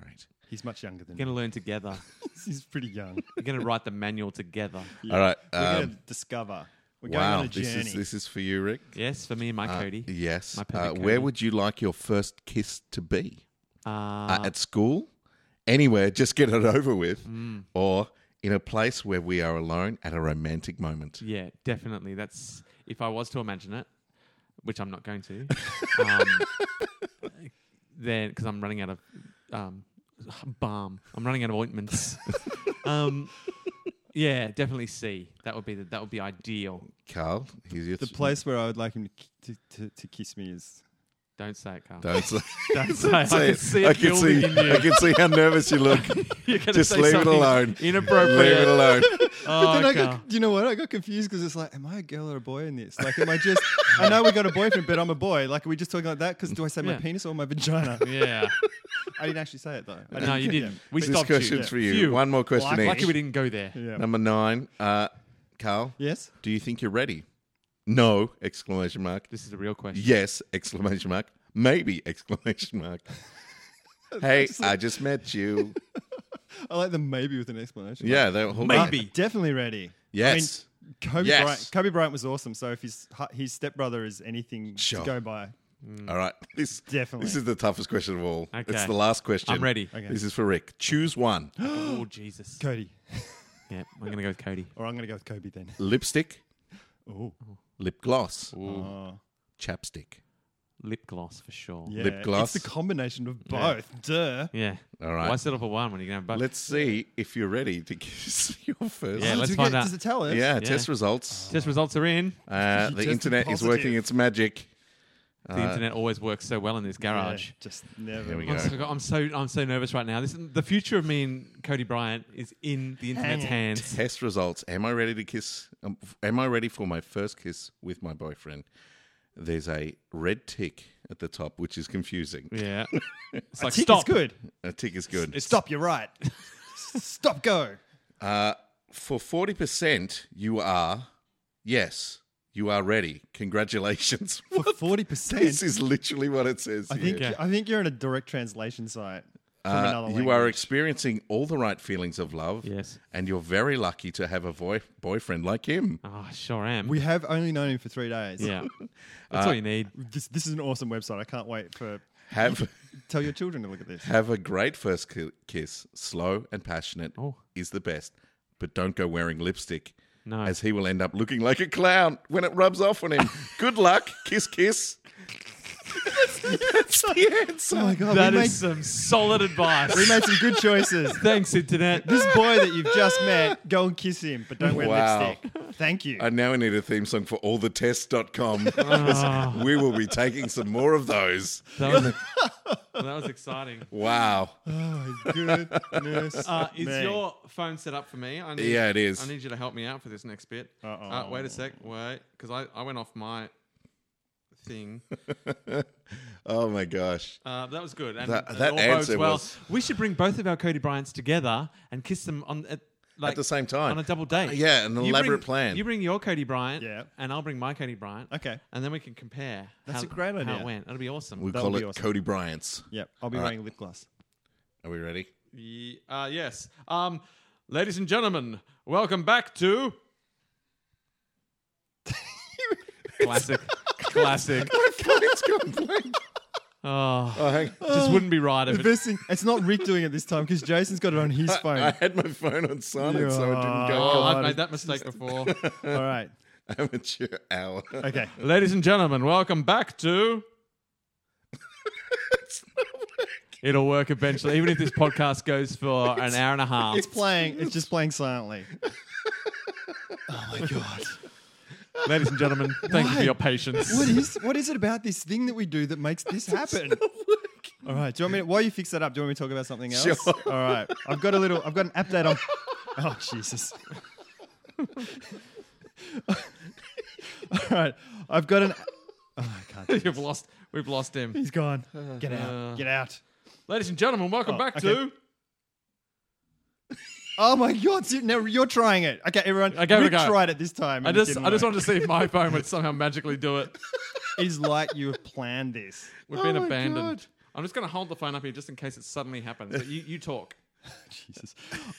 [SPEAKER 1] great.
[SPEAKER 5] He's much younger than
[SPEAKER 4] We're
[SPEAKER 5] me.
[SPEAKER 4] gonna learn together.
[SPEAKER 5] He's pretty young.
[SPEAKER 4] We're gonna write the manual together.
[SPEAKER 1] All right.
[SPEAKER 5] We're going
[SPEAKER 1] Um,
[SPEAKER 5] to discover. We're going
[SPEAKER 1] wow,
[SPEAKER 5] on a
[SPEAKER 1] this
[SPEAKER 5] journey.
[SPEAKER 1] is this is for you, Rick.
[SPEAKER 4] Yes, for me and my
[SPEAKER 1] Uh,
[SPEAKER 4] Cody.
[SPEAKER 1] yes.
[SPEAKER 4] My
[SPEAKER 1] uh,
[SPEAKER 4] perfect
[SPEAKER 1] where
[SPEAKER 4] Cody.
[SPEAKER 1] would you like your first kiss to be?
[SPEAKER 4] Uh,
[SPEAKER 1] uh, at school, anywhere, just get it over with,
[SPEAKER 4] Mm.
[SPEAKER 1] or in a place where we are alone at a romantic moment.
[SPEAKER 4] yeah, definitely. That's if I was to imagine it, which I'm not going to. um, then, because I'm running out of um, balm, I'm running out of ointments. um, yeah, definitely C. That would be the, that would be ideal.
[SPEAKER 1] Carl, here's your
[SPEAKER 5] the place where I would like him to, ki- to, to, to kiss me is
[SPEAKER 4] Don't say it, Carl.
[SPEAKER 1] Don't say,
[SPEAKER 4] Don't say it. I can see it
[SPEAKER 1] I can
[SPEAKER 4] building
[SPEAKER 1] see.
[SPEAKER 4] in you.
[SPEAKER 1] I can see how nervous you look.
[SPEAKER 4] You're gonna
[SPEAKER 1] Just
[SPEAKER 4] say
[SPEAKER 1] leave it
[SPEAKER 4] something
[SPEAKER 1] alone.
[SPEAKER 4] Inappropriate.
[SPEAKER 1] Leave it alone.
[SPEAKER 4] Oh,
[SPEAKER 5] But then I
[SPEAKER 4] Carl.
[SPEAKER 5] got, you know what? I got confused because it's like, am I a girl or a boy in this? Like, am I just? I know we got a boyfriend, but I'm a boy. Like, are we just talking like that? Because do I say
[SPEAKER 4] Yeah.
[SPEAKER 5] my penis or my vagina?
[SPEAKER 4] Yeah.
[SPEAKER 5] I didn't actually say it though. I
[SPEAKER 4] No, you didn't. We
[SPEAKER 1] This
[SPEAKER 4] stopped you.
[SPEAKER 1] question's for you.
[SPEAKER 4] Phew.
[SPEAKER 1] One more question
[SPEAKER 5] Like-
[SPEAKER 1] each.
[SPEAKER 4] Lucky we didn't go there.
[SPEAKER 5] Yeah.
[SPEAKER 1] Number nine, uh, Carl.
[SPEAKER 5] Yes.
[SPEAKER 1] Do you think you're ready? No! Exclamation mark.
[SPEAKER 4] This is the real question.
[SPEAKER 1] Yes! Exclamation mark. Maybe! Exclamation mark. hey, I just met you.
[SPEAKER 5] I like the maybe with an explanation.
[SPEAKER 1] Yeah, they were
[SPEAKER 5] Like,
[SPEAKER 4] Maybe.
[SPEAKER 5] I'm definitely ready.
[SPEAKER 1] Yes.
[SPEAKER 5] I mean, Kobe
[SPEAKER 1] Yes.
[SPEAKER 5] Bryant. Kobe Bryant was awesome. So if his hu- his stepbrother is anything
[SPEAKER 1] Sure.
[SPEAKER 5] to go by,
[SPEAKER 1] All right. This
[SPEAKER 5] Definitely.
[SPEAKER 1] This is the toughest question of all.
[SPEAKER 4] Mm. Okay.
[SPEAKER 1] It's the last question.
[SPEAKER 4] I'm ready.
[SPEAKER 5] Okay.
[SPEAKER 1] This is for Rick. Choose one.
[SPEAKER 4] Oh Jesus.
[SPEAKER 5] Cody.
[SPEAKER 4] Yeah, I'm gonna go with Cody.
[SPEAKER 5] Or I'm gonna go with Kobe then.
[SPEAKER 1] Lipstick,
[SPEAKER 5] Oh,
[SPEAKER 1] lip gloss,
[SPEAKER 5] Oh.
[SPEAKER 1] chapstick.
[SPEAKER 4] Lip gloss for sure.
[SPEAKER 5] yeah.
[SPEAKER 1] Lip gloss.
[SPEAKER 5] It's the combination of both. Duh.
[SPEAKER 4] Yeah.
[SPEAKER 1] All right.
[SPEAKER 4] Why settle for one when you can have both?
[SPEAKER 1] Let's see if you're ready to kiss your first.
[SPEAKER 4] Yeah,
[SPEAKER 5] Does
[SPEAKER 4] let's
[SPEAKER 5] it
[SPEAKER 4] find
[SPEAKER 5] get-
[SPEAKER 4] out.
[SPEAKER 5] Does it tell us?
[SPEAKER 1] Yeah, test results.
[SPEAKER 4] Test results are in.
[SPEAKER 1] Uh, the
[SPEAKER 5] tested
[SPEAKER 1] internet is
[SPEAKER 5] positive.
[SPEAKER 1] working its magic.
[SPEAKER 4] The internet always works so well in this
[SPEAKER 5] Yeah,
[SPEAKER 4] garage.
[SPEAKER 5] Just never.
[SPEAKER 1] Here we
[SPEAKER 4] I'm
[SPEAKER 1] go.
[SPEAKER 4] so, I'm so I'm so nervous right now. This is, the future of me and Cody Bryant is in the internet's hands.
[SPEAKER 1] Uh, Test results. Am I ready to kiss? Um, f- am I ready for my first kiss with my boyfriend? There's a red tick at the top, which is confusing.
[SPEAKER 4] Yeah, it's like
[SPEAKER 5] Tick
[SPEAKER 4] stop.
[SPEAKER 5] is good.
[SPEAKER 1] A tick is good.
[SPEAKER 5] Stop, you're right. Stop, go.
[SPEAKER 1] for forty percent, you are yes, you are ready. Congratulations!
[SPEAKER 5] For 40%.
[SPEAKER 1] This is literally what it says.
[SPEAKER 5] I
[SPEAKER 1] here.
[SPEAKER 5] think, I think you're in a direct translation site. from
[SPEAKER 1] Uh,
[SPEAKER 5] another
[SPEAKER 1] you are
[SPEAKER 5] language.
[SPEAKER 1] experiencing all the right feelings of love.
[SPEAKER 4] Yes.
[SPEAKER 1] And you're very lucky to have a boy- boyfriend like him.
[SPEAKER 4] Oh, I sure am.
[SPEAKER 5] We have only known him for three days.
[SPEAKER 4] yeah. That's all you need.
[SPEAKER 5] This, this is an awesome website. I can't wait for
[SPEAKER 1] Have
[SPEAKER 5] tell your children to look at this.
[SPEAKER 1] have a great first ki- kiss. Slow and passionate
[SPEAKER 4] Oh.
[SPEAKER 1] is the best. But don't go wearing lipstick.
[SPEAKER 4] No.
[SPEAKER 1] As he will end up looking like a clown when it rubs off on him. Good luck. Kiss, kiss. That's the answer.
[SPEAKER 5] Oh my god,
[SPEAKER 4] That
[SPEAKER 5] we,
[SPEAKER 4] is some solid advice.
[SPEAKER 5] made, we made some good choices.
[SPEAKER 4] Thanks, internet.
[SPEAKER 5] this boy that you've just met, go and kiss him, but don't wear
[SPEAKER 1] Wow.
[SPEAKER 5] lipstick. Thank you.
[SPEAKER 1] I now need a theme song for allthetest.com. we will be taking some more of those.
[SPEAKER 4] that, was, that was exciting.
[SPEAKER 1] Wow.
[SPEAKER 5] oh my goodness.
[SPEAKER 4] Uh, is
[SPEAKER 5] me.
[SPEAKER 4] your phone set up for me? I need,
[SPEAKER 1] Yeah, it is.
[SPEAKER 4] I need you to help me out for this next bit. Uh, wait a sec. Wait, because I, I went off my thing.
[SPEAKER 1] Oh my gosh.
[SPEAKER 4] Uh, that was good. And
[SPEAKER 1] That-
[SPEAKER 4] that,
[SPEAKER 1] that
[SPEAKER 4] all bodes
[SPEAKER 1] answer
[SPEAKER 4] well.
[SPEAKER 1] was-
[SPEAKER 4] We should bring both of our Cody Bryants together and kiss them on at, like,
[SPEAKER 1] At the same time.
[SPEAKER 4] on a double date.
[SPEAKER 1] Uh, yeah, an
[SPEAKER 4] You
[SPEAKER 1] elaborate
[SPEAKER 4] bring-
[SPEAKER 1] plan.
[SPEAKER 4] You bring your Cody Bryant,
[SPEAKER 5] Yeah.
[SPEAKER 4] and I'll bring my Cody Bryant.
[SPEAKER 5] Okay.
[SPEAKER 4] and then we can compare.
[SPEAKER 5] That's
[SPEAKER 4] how,
[SPEAKER 5] a great
[SPEAKER 4] How
[SPEAKER 5] idea.
[SPEAKER 4] it went. That'll be awesome.
[SPEAKER 1] We
[SPEAKER 5] That
[SPEAKER 1] call
[SPEAKER 5] would
[SPEAKER 1] it
[SPEAKER 5] be awesome.
[SPEAKER 1] Cody Bryant's.
[SPEAKER 5] Yep, I'll be
[SPEAKER 1] All right.
[SPEAKER 5] wearing lip gloss.
[SPEAKER 1] Are we ready?
[SPEAKER 4] Ye- uh, yes. Um, ladies and gentlemen, welcome back to. classic. classic.
[SPEAKER 1] it's gone blank.
[SPEAKER 4] Oh,
[SPEAKER 1] Oh, hang on.
[SPEAKER 4] just wouldn't be right
[SPEAKER 5] The
[SPEAKER 4] if it.
[SPEAKER 5] best thing, it's not Rick doing it this time because Jason's got it on his phone.
[SPEAKER 1] I had my phone on silent, so it didn't go
[SPEAKER 4] Oh,
[SPEAKER 1] off.
[SPEAKER 4] I've made that mistake before.
[SPEAKER 5] All right.
[SPEAKER 1] Amateur hour.
[SPEAKER 5] Okay.
[SPEAKER 4] ladies and gentlemen, welcome back to. It'll work eventually, even if this podcast goes for an hour and a half.
[SPEAKER 5] It's playing, it's just playing silently. oh my god.
[SPEAKER 4] Ladies and gentlemen, thank you for
[SPEAKER 5] Why?
[SPEAKER 4] your patience.
[SPEAKER 5] What is what is it about this thing that we do that makes this happen? All right. Do you want me to, while you fix that up? Do you want me to talk about something else?
[SPEAKER 1] Sure.
[SPEAKER 5] All right. I've got a little. I've got an update on. Oh Jesus. All right. I've got an. Oh, I can't.
[SPEAKER 4] You've lost. We've lost him.
[SPEAKER 5] He's gone. Get out. Get out.
[SPEAKER 4] Ladies and gentlemen, welcome
[SPEAKER 5] Oh,
[SPEAKER 4] back
[SPEAKER 5] okay.
[SPEAKER 4] to.
[SPEAKER 5] Oh my God! see, Now you're trying it. Okay, everyone.
[SPEAKER 4] I gave it a
[SPEAKER 5] Rick
[SPEAKER 4] go.
[SPEAKER 5] tried it this time.
[SPEAKER 4] I
[SPEAKER 5] and
[SPEAKER 4] just,
[SPEAKER 5] didn't
[SPEAKER 4] I just
[SPEAKER 5] work.
[SPEAKER 4] wanted to see if my phone would somehow magically do it.
[SPEAKER 5] It is like you have planned this.
[SPEAKER 4] We've been abandoned. I'm just going to hold the phone up here just in case it suddenly happens. But you, you talk.
[SPEAKER 5] Jesus.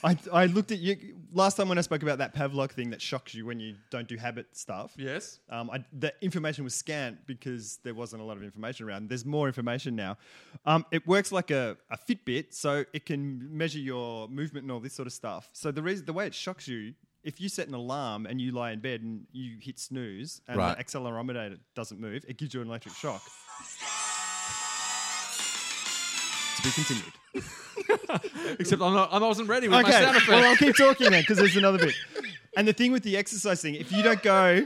[SPEAKER 5] I, I looked at you last time when I spoke about that Pavlok thing that shocks you when you don't do habit stuff.
[SPEAKER 4] Yes.
[SPEAKER 5] Um, I, the information was scant because there wasn't a lot of information around. There's more information now. Um, it works like a, a Fitbit, so it can measure your movement and all this sort of stuff. So the reason, the way it shocks you, if you set an alarm and you lie in bed and you hit snooze and
[SPEAKER 1] Right.
[SPEAKER 5] the accelerometer doesn't move, it gives you an electric shock. To be continued.
[SPEAKER 4] Except I'm not, I wasn't ready with my
[SPEAKER 5] okay,
[SPEAKER 4] sound effect.
[SPEAKER 5] well I'll keep talking then because there's another bit. And the thing with the exercise thing, if you don't go,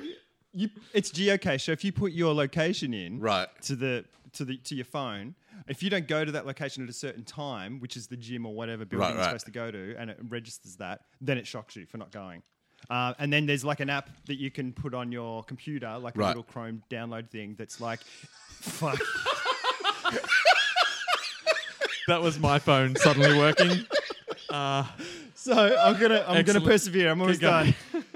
[SPEAKER 5] you, it's geocache. So if you put your location in,
[SPEAKER 1] Right.
[SPEAKER 5] to the to the to your phone. If you don't go to that location at a certain time, which is the gym or whatever building
[SPEAKER 1] Right,
[SPEAKER 5] you're
[SPEAKER 1] right.
[SPEAKER 5] supposed to go to, and it registers that, then it shocks you for not going. Uh, and then there's like an app that you can put on your computer, like
[SPEAKER 1] Right.
[SPEAKER 5] a little Chrome download thing that's like, fuck.
[SPEAKER 4] That was my phone suddenly working.
[SPEAKER 5] So I'm gonna I'm
[SPEAKER 4] Excellent.
[SPEAKER 5] gonna persevere. I'm almost
[SPEAKER 4] Keep going.
[SPEAKER 5] done.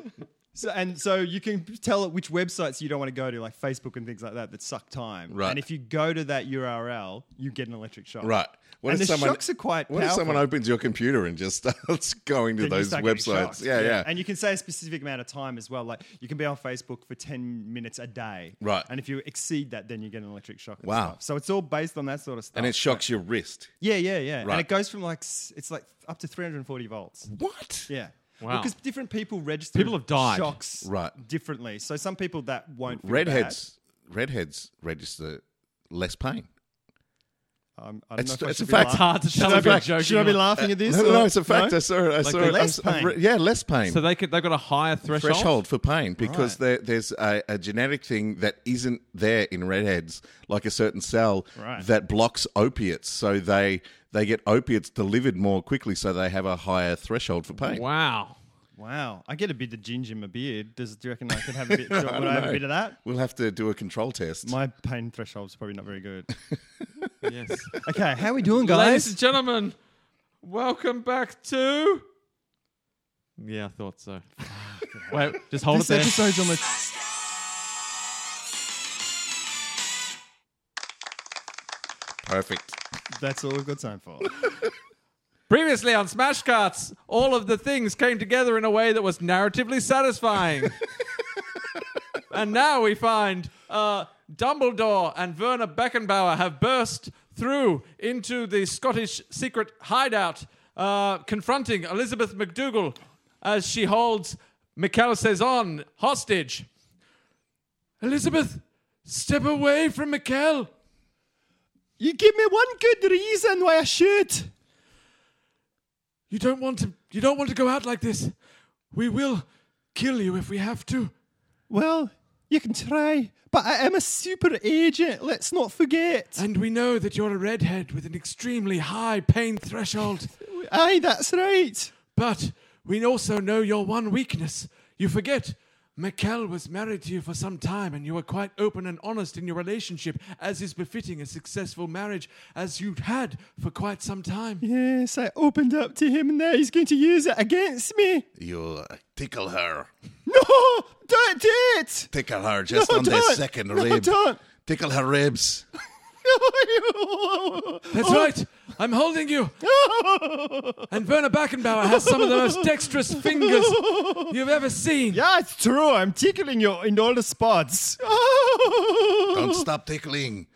[SPEAKER 5] So, and so you can tell it which websites you don't want to go to, like Facebook and things like that, that suck time.
[SPEAKER 1] Right.
[SPEAKER 5] And if you go to that URL, you get an electric shock.
[SPEAKER 1] Right. What
[SPEAKER 5] and
[SPEAKER 1] if
[SPEAKER 5] the
[SPEAKER 1] someone-
[SPEAKER 5] shocks are quite
[SPEAKER 1] What if
[SPEAKER 5] powerful.
[SPEAKER 1] someone opens your computer and just starts going to
[SPEAKER 5] then you
[SPEAKER 1] those
[SPEAKER 5] start getting
[SPEAKER 1] websites?
[SPEAKER 5] shocked.
[SPEAKER 1] Yeah, yeah.
[SPEAKER 5] And you can say a specific amount of time as well. Like you can be on Facebook for 10 minutes a day.
[SPEAKER 1] Right.
[SPEAKER 5] And if you exceed that, then you get an electric shock. and
[SPEAKER 1] Wow.
[SPEAKER 5] stuff. So it's all based on that sort of stuff.
[SPEAKER 1] And it shocks your wrist.
[SPEAKER 5] Yeah, yeah, yeah.
[SPEAKER 1] Right.
[SPEAKER 5] And it goes from like, s- it's like up to 340 volts.
[SPEAKER 1] What?
[SPEAKER 5] Yeah.
[SPEAKER 4] Wow.
[SPEAKER 5] Because different people register
[SPEAKER 4] People have died.
[SPEAKER 5] shocks
[SPEAKER 1] Right.
[SPEAKER 5] differently. So some people that won't. feel
[SPEAKER 1] Redheads. Redheads register less pain.
[SPEAKER 5] bad. Um, I don't
[SPEAKER 1] It's-
[SPEAKER 5] know if I
[SPEAKER 1] it's
[SPEAKER 5] should
[SPEAKER 1] a
[SPEAKER 5] be
[SPEAKER 1] fact.
[SPEAKER 5] laugh-
[SPEAKER 4] It's hard to tell
[SPEAKER 5] Should I
[SPEAKER 4] if you're
[SPEAKER 5] be,
[SPEAKER 4] joking.
[SPEAKER 5] should I be
[SPEAKER 4] or-
[SPEAKER 5] laughing at this?
[SPEAKER 1] No, no,
[SPEAKER 5] or-
[SPEAKER 1] no, it's a fact.
[SPEAKER 5] uh, no?
[SPEAKER 1] I saw it. I saw
[SPEAKER 4] the
[SPEAKER 1] it.
[SPEAKER 5] less
[SPEAKER 1] I've- I've
[SPEAKER 5] pain.
[SPEAKER 1] re- yeah, less pain.
[SPEAKER 4] So they could, they've got a higher threshold.
[SPEAKER 1] threshold for pain because
[SPEAKER 5] Right.
[SPEAKER 1] there, there's a, a genetic thing that isn't there in redheads, like a certain cell
[SPEAKER 5] Right.
[SPEAKER 1] that blocks opiates. So they they get opiates delivered more quickly, so they have a higher threshold for pain.
[SPEAKER 4] Wow.
[SPEAKER 5] Wow. I get a bit of ginger in my beard. Does, do you reckon I could have a bit, would I have a
[SPEAKER 1] know.
[SPEAKER 5] bit of that?
[SPEAKER 1] We'll have to do a control test.
[SPEAKER 5] My pain threshold's probably not very good.
[SPEAKER 4] Yes.
[SPEAKER 5] Okay, how we doing,
[SPEAKER 4] Ladies
[SPEAKER 5] guys?
[SPEAKER 4] and gentlemen, welcome back to. Yeah, I thought so. Wait, just hold
[SPEAKER 5] this
[SPEAKER 4] it there.
[SPEAKER 5] episode's almost.
[SPEAKER 1] Perfect.
[SPEAKER 5] That's all we've got time for.
[SPEAKER 4] Previously on Smash Cuts, all of the things came together in a way that was narratively satisfying. and now we find uh, Dumbledore and Werner Beckenbauer have burst through into the Scottish secret hideout, uh, confronting Elizabeth McDougal as she holds Michael Cezanne hostage. Elizabeth, step away from Michael.
[SPEAKER 5] you give me one good reason why I should.
[SPEAKER 4] You don't want to. You don't want to go out like this. We will kill you if we have to.
[SPEAKER 5] Well, you can try, but I am a super agent. Let's not forget.
[SPEAKER 4] And we know that you're a redhead with an extremely high pain threshold.
[SPEAKER 5] Aye, that's right.
[SPEAKER 4] But we also know your one weakness. You forget. Mikkel was married to you for some time, and you were quite open and honest in your relationship, as is befitting a successful marriage, as you'd had for quite some time.
[SPEAKER 5] Yes, I opened up to him, and now he's going to use it against me.
[SPEAKER 7] You'll
[SPEAKER 1] uh,
[SPEAKER 7] tickle her.
[SPEAKER 5] No, don't do it.
[SPEAKER 7] Tickle her just
[SPEAKER 5] No,
[SPEAKER 7] on the
[SPEAKER 5] don't.
[SPEAKER 7] second
[SPEAKER 5] No,
[SPEAKER 7] rib.
[SPEAKER 5] don't.
[SPEAKER 7] Tickle her ribs.
[SPEAKER 4] That's right. I'm holding you. and Werner Backenbauer has some of the most dexterous fingers you've ever seen.
[SPEAKER 5] Yeah, it's true. I'm tickling you in all the spots.
[SPEAKER 7] Don't stop tickling.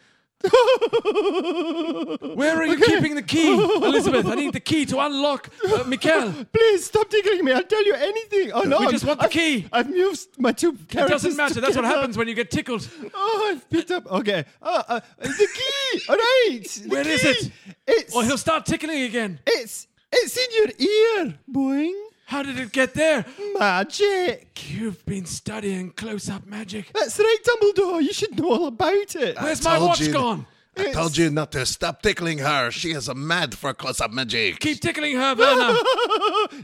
[SPEAKER 4] Where are you keeping the key, Elizabeth? I need the key to unlock uh, Mikkel.
[SPEAKER 5] Please stop tickling me. I'll tell you anything. Oh no!
[SPEAKER 4] We
[SPEAKER 5] I'm-
[SPEAKER 4] just want the
[SPEAKER 5] I've-
[SPEAKER 4] key.
[SPEAKER 5] I've moved my two
[SPEAKER 4] It
[SPEAKER 5] characters.
[SPEAKER 4] doesn't matter. That's what
[SPEAKER 5] together.
[SPEAKER 4] happens when you get tickled.
[SPEAKER 5] Oh, I've picked up. Okay. Uh, uh, the key. All right. The
[SPEAKER 4] Where is
[SPEAKER 5] key.
[SPEAKER 4] it?
[SPEAKER 5] It's
[SPEAKER 4] Or he'll start tickling again.
[SPEAKER 5] it's it's in your ear. Boing.
[SPEAKER 4] How did it get there?
[SPEAKER 5] Magic.
[SPEAKER 4] You've been studying close up magic.
[SPEAKER 5] That's right, Dumbledore. You should know all about it.
[SPEAKER 4] Where's my
[SPEAKER 7] told
[SPEAKER 4] watch
[SPEAKER 7] you-
[SPEAKER 4] gone?
[SPEAKER 7] I told you not to stop tickling her. She is a mad for close up magic.
[SPEAKER 4] Keep tickling her, Werner.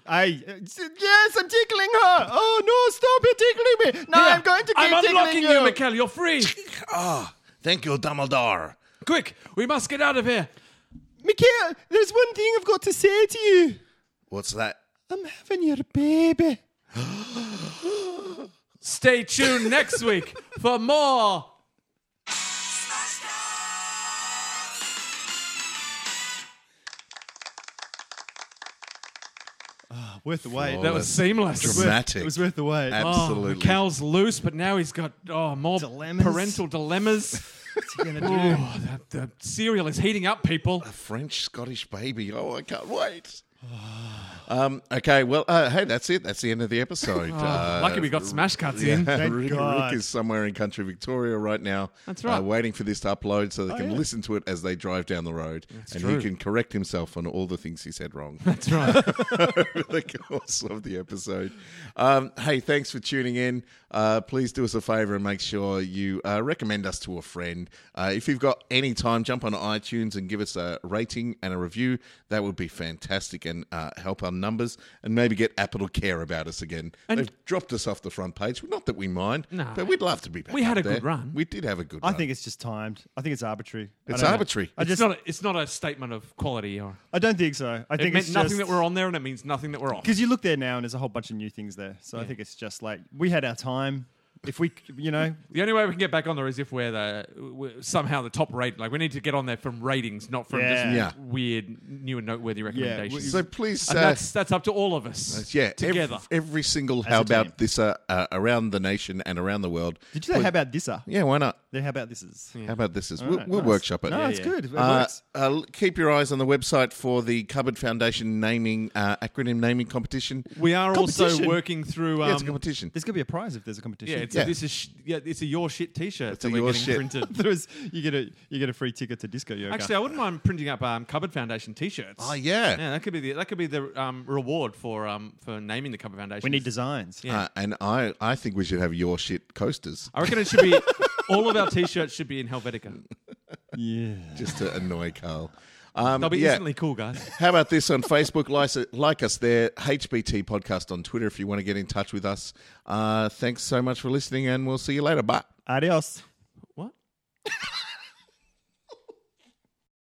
[SPEAKER 5] I uh, s- yes, I'm tickling her. Oh no! Stop it tickling me. Now
[SPEAKER 4] Here,
[SPEAKER 5] I'm going to keep
[SPEAKER 4] I'm unlocking
[SPEAKER 5] tickling
[SPEAKER 4] you, Mikkel. You're free.
[SPEAKER 7] Ah, thank you, Dumbledore.
[SPEAKER 4] Quick, we must get out of here.
[SPEAKER 5] Mikhail, there's one thing I've got to say to you.
[SPEAKER 7] What's that?
[SPEAKER 5] I'm having your baby.
[SPEAKER 4] Stay tuned next week for more.
[SPEAKER 5] Worth the wait.
[SPEAKER 4] That was seamless.
[SPEAKER 7] Dramatic.
[SPEAKER 5] It was worth the wait.
[SPEAKER 7] Ab-
[SPEAKER 4] Oh,
[SPEAKER 7] Absolutely.
[SPEAKER 4] Cal's loose, but now he's got oh more
[SPEAKER 5] Dilemmas.
[SPEAKER 4] parental dilemmas.
[SPEAKER 5] What's he gonna do?
[SPEAKER 4] oh, that, that cereal is heating up, people.
[SPEAKER 7] A French Scottish baby. Oh, I can't wait. um, okay, well, uh, hey, that's it. That's the end of the episode.
[SPEAKER 4] Oh,
[SPEAKER 7] uh,
[SPEAKER 4] Lucky we got smash cuts in.
[SPEAKER 7] Rick, Rick
[SPEAKER 5] God.
[SPEAKER 7] is somewhere in country Victoria right now.
[SPEAKER 4] That's right. Oh,
[SPEAKER 7] Uh, waiting for this to upload so they can
[SPEAKER 5] yeah.
[SPEAKER 7] listen to it as they drive down the road. and
[SPEAKER 4] true.
[SPEAKER 7] he can correct himself on all the things he said wrong
[SPEAKER 4] That's right.
[SPEAKER 7] over the course of the episode. Um, hey, thanks for tuning in. Uh, please do us a favor and make sure you uh, recommend us to a friend. Uh, if you've got any time, jump on iTunes and give us a rating and a review. That would be fantastic and uh, help our numbers and maybe get Apple to care about us again. They've dropped us off the front page. Not that we mind,
[SPEAKER 4] No.
[SPEAKER 7] but we'd love to be back.
[SPEAKER 4] We had
[SPEAKER 7] up
[SPEAKER 4] a good
[SPEAKER 7] there.
[SPEAKER 4] run.
[SPEAKER 7] We did have a good
[SPEAKER 5] I
[SPEAKER 7] run.
[SPEAKER 5] think it's just timed. I think it's arbitrary. I
[SPEAKER 7] it's
[SPEAKER 5] don't know.
[SPEAKER 7] arbitrary.
[SPEAKER 5] I
[SPEAKER 4] it's
[SPEAKER 5] just.
[SPEAKER 4] not. A, it's not a statement of quality, or
[SPEAKER 5] I don't think so. I think
[SPEAKER 4] it meant
[SPEAKER 5] it's
[SPEAKER 4] nothing
[SPEAKER 5] just,
[SPEAKER 4] that we're on there, and it means nothing that we're off.
[SPEAKER 5] Because you look there now, and there's a whole bunch of new things there. So I think it's just like we had our time. If we, c- you know,
[SPEAKER 4] The only way we can get back on there is if we're the we're somehow the top rate. Like we need to get on there from ratings, not from
[SPEAKER 5] Yeah.
[SPEAKER 7] Yeah.
[SPEAKER 4] just weird, new and noteworthy recommendations.
[SPEAKER 7] so please, uh,
[SPEAKER 4] and that's that's up to all of us.
[SPEAKER 7] yeah, ev-
[SPEAKER 4] together.
[SPEAKER 7] Every, single how
[SPEAKER 5] a team.
[SPEAKER 7] about this uh, uh, around the nation and around the world.
[SPEAKER 5] did you say how about this? Uh?
[SPEAKER 7] Yeah, why not?
[SPEAKER 5] Yeah, How about this is?
[SPEAKER 7] How about this? Is we'll,
[SPEAKER 5] Alright,
[SPEAKER 7] we'll
[SPEAKER 5] nice.
[SPEAKER 7] workshop it.
[SPEAKER 5] No, it's good. It
[SPEAKER 7] Uh,
[SPEAKER 5] works.
[SPEAKER 7] uh, l- keep your eyes on the website for the Cupboard Foundation naming uh, acronym naming competition.
[SPEAKER 4] we are also
[SPEAKER 5] Competition.
[SPEAKER 4] working through. Um,
[SPEAKER 7] yeah, it's a competition.
[SPEAKER 5] There's gonna be a prize if there's a competition.
[SPEAKER 4] Yeah, it's
[SPEAKER 7] Yeah.
[SPEAKER 4] A, this is sh- yeah, it's a your shit T-shirt
[SPEAKER 7] a
[SPEAKER 4] that we're
[SPEAKER 7] Your
[SPEAKER 4] getting
[SPEAKER 7] Shit.
[SPEAKER 4] printed.
[SPEAKER 5] There is- you get a you get a free ticket to disco yoga.
[SPEAKER 4] Actually, I wouldn't mind printing up um, Cupboard Foundation T-shirts.
[SPEAKER 7] Oh yeah.
[SPEAKER 4] yeah, that could be the that could be the um, reward for um, for naming the Cupboard Foundation.
[SPEAKER 5] we need designs.
[SPEAKER 4] Yeah.
[SPEAKER 7] Uh, and I, I think we should have your shit coasters
[SPEAKER 4] I reckon it should be all of our T-shirts should be in Helvetica.
[SPEAKER 5] Yeah.
[SPEAKER 7] just to annoy Carl. Um,
[SPEAKER 4] They'll be
[SPEAKER 7] yeah.
[SPEAKER 4] instantly cool, guys.
[SPEAKER 7] How about this on Facebook? Like, like us there, HBT Podcast on Twitter if you want to get in touch with us. Uh, thanks so much for listening, and we'll see you later. Bye.
[SPEAKER 5] Adios.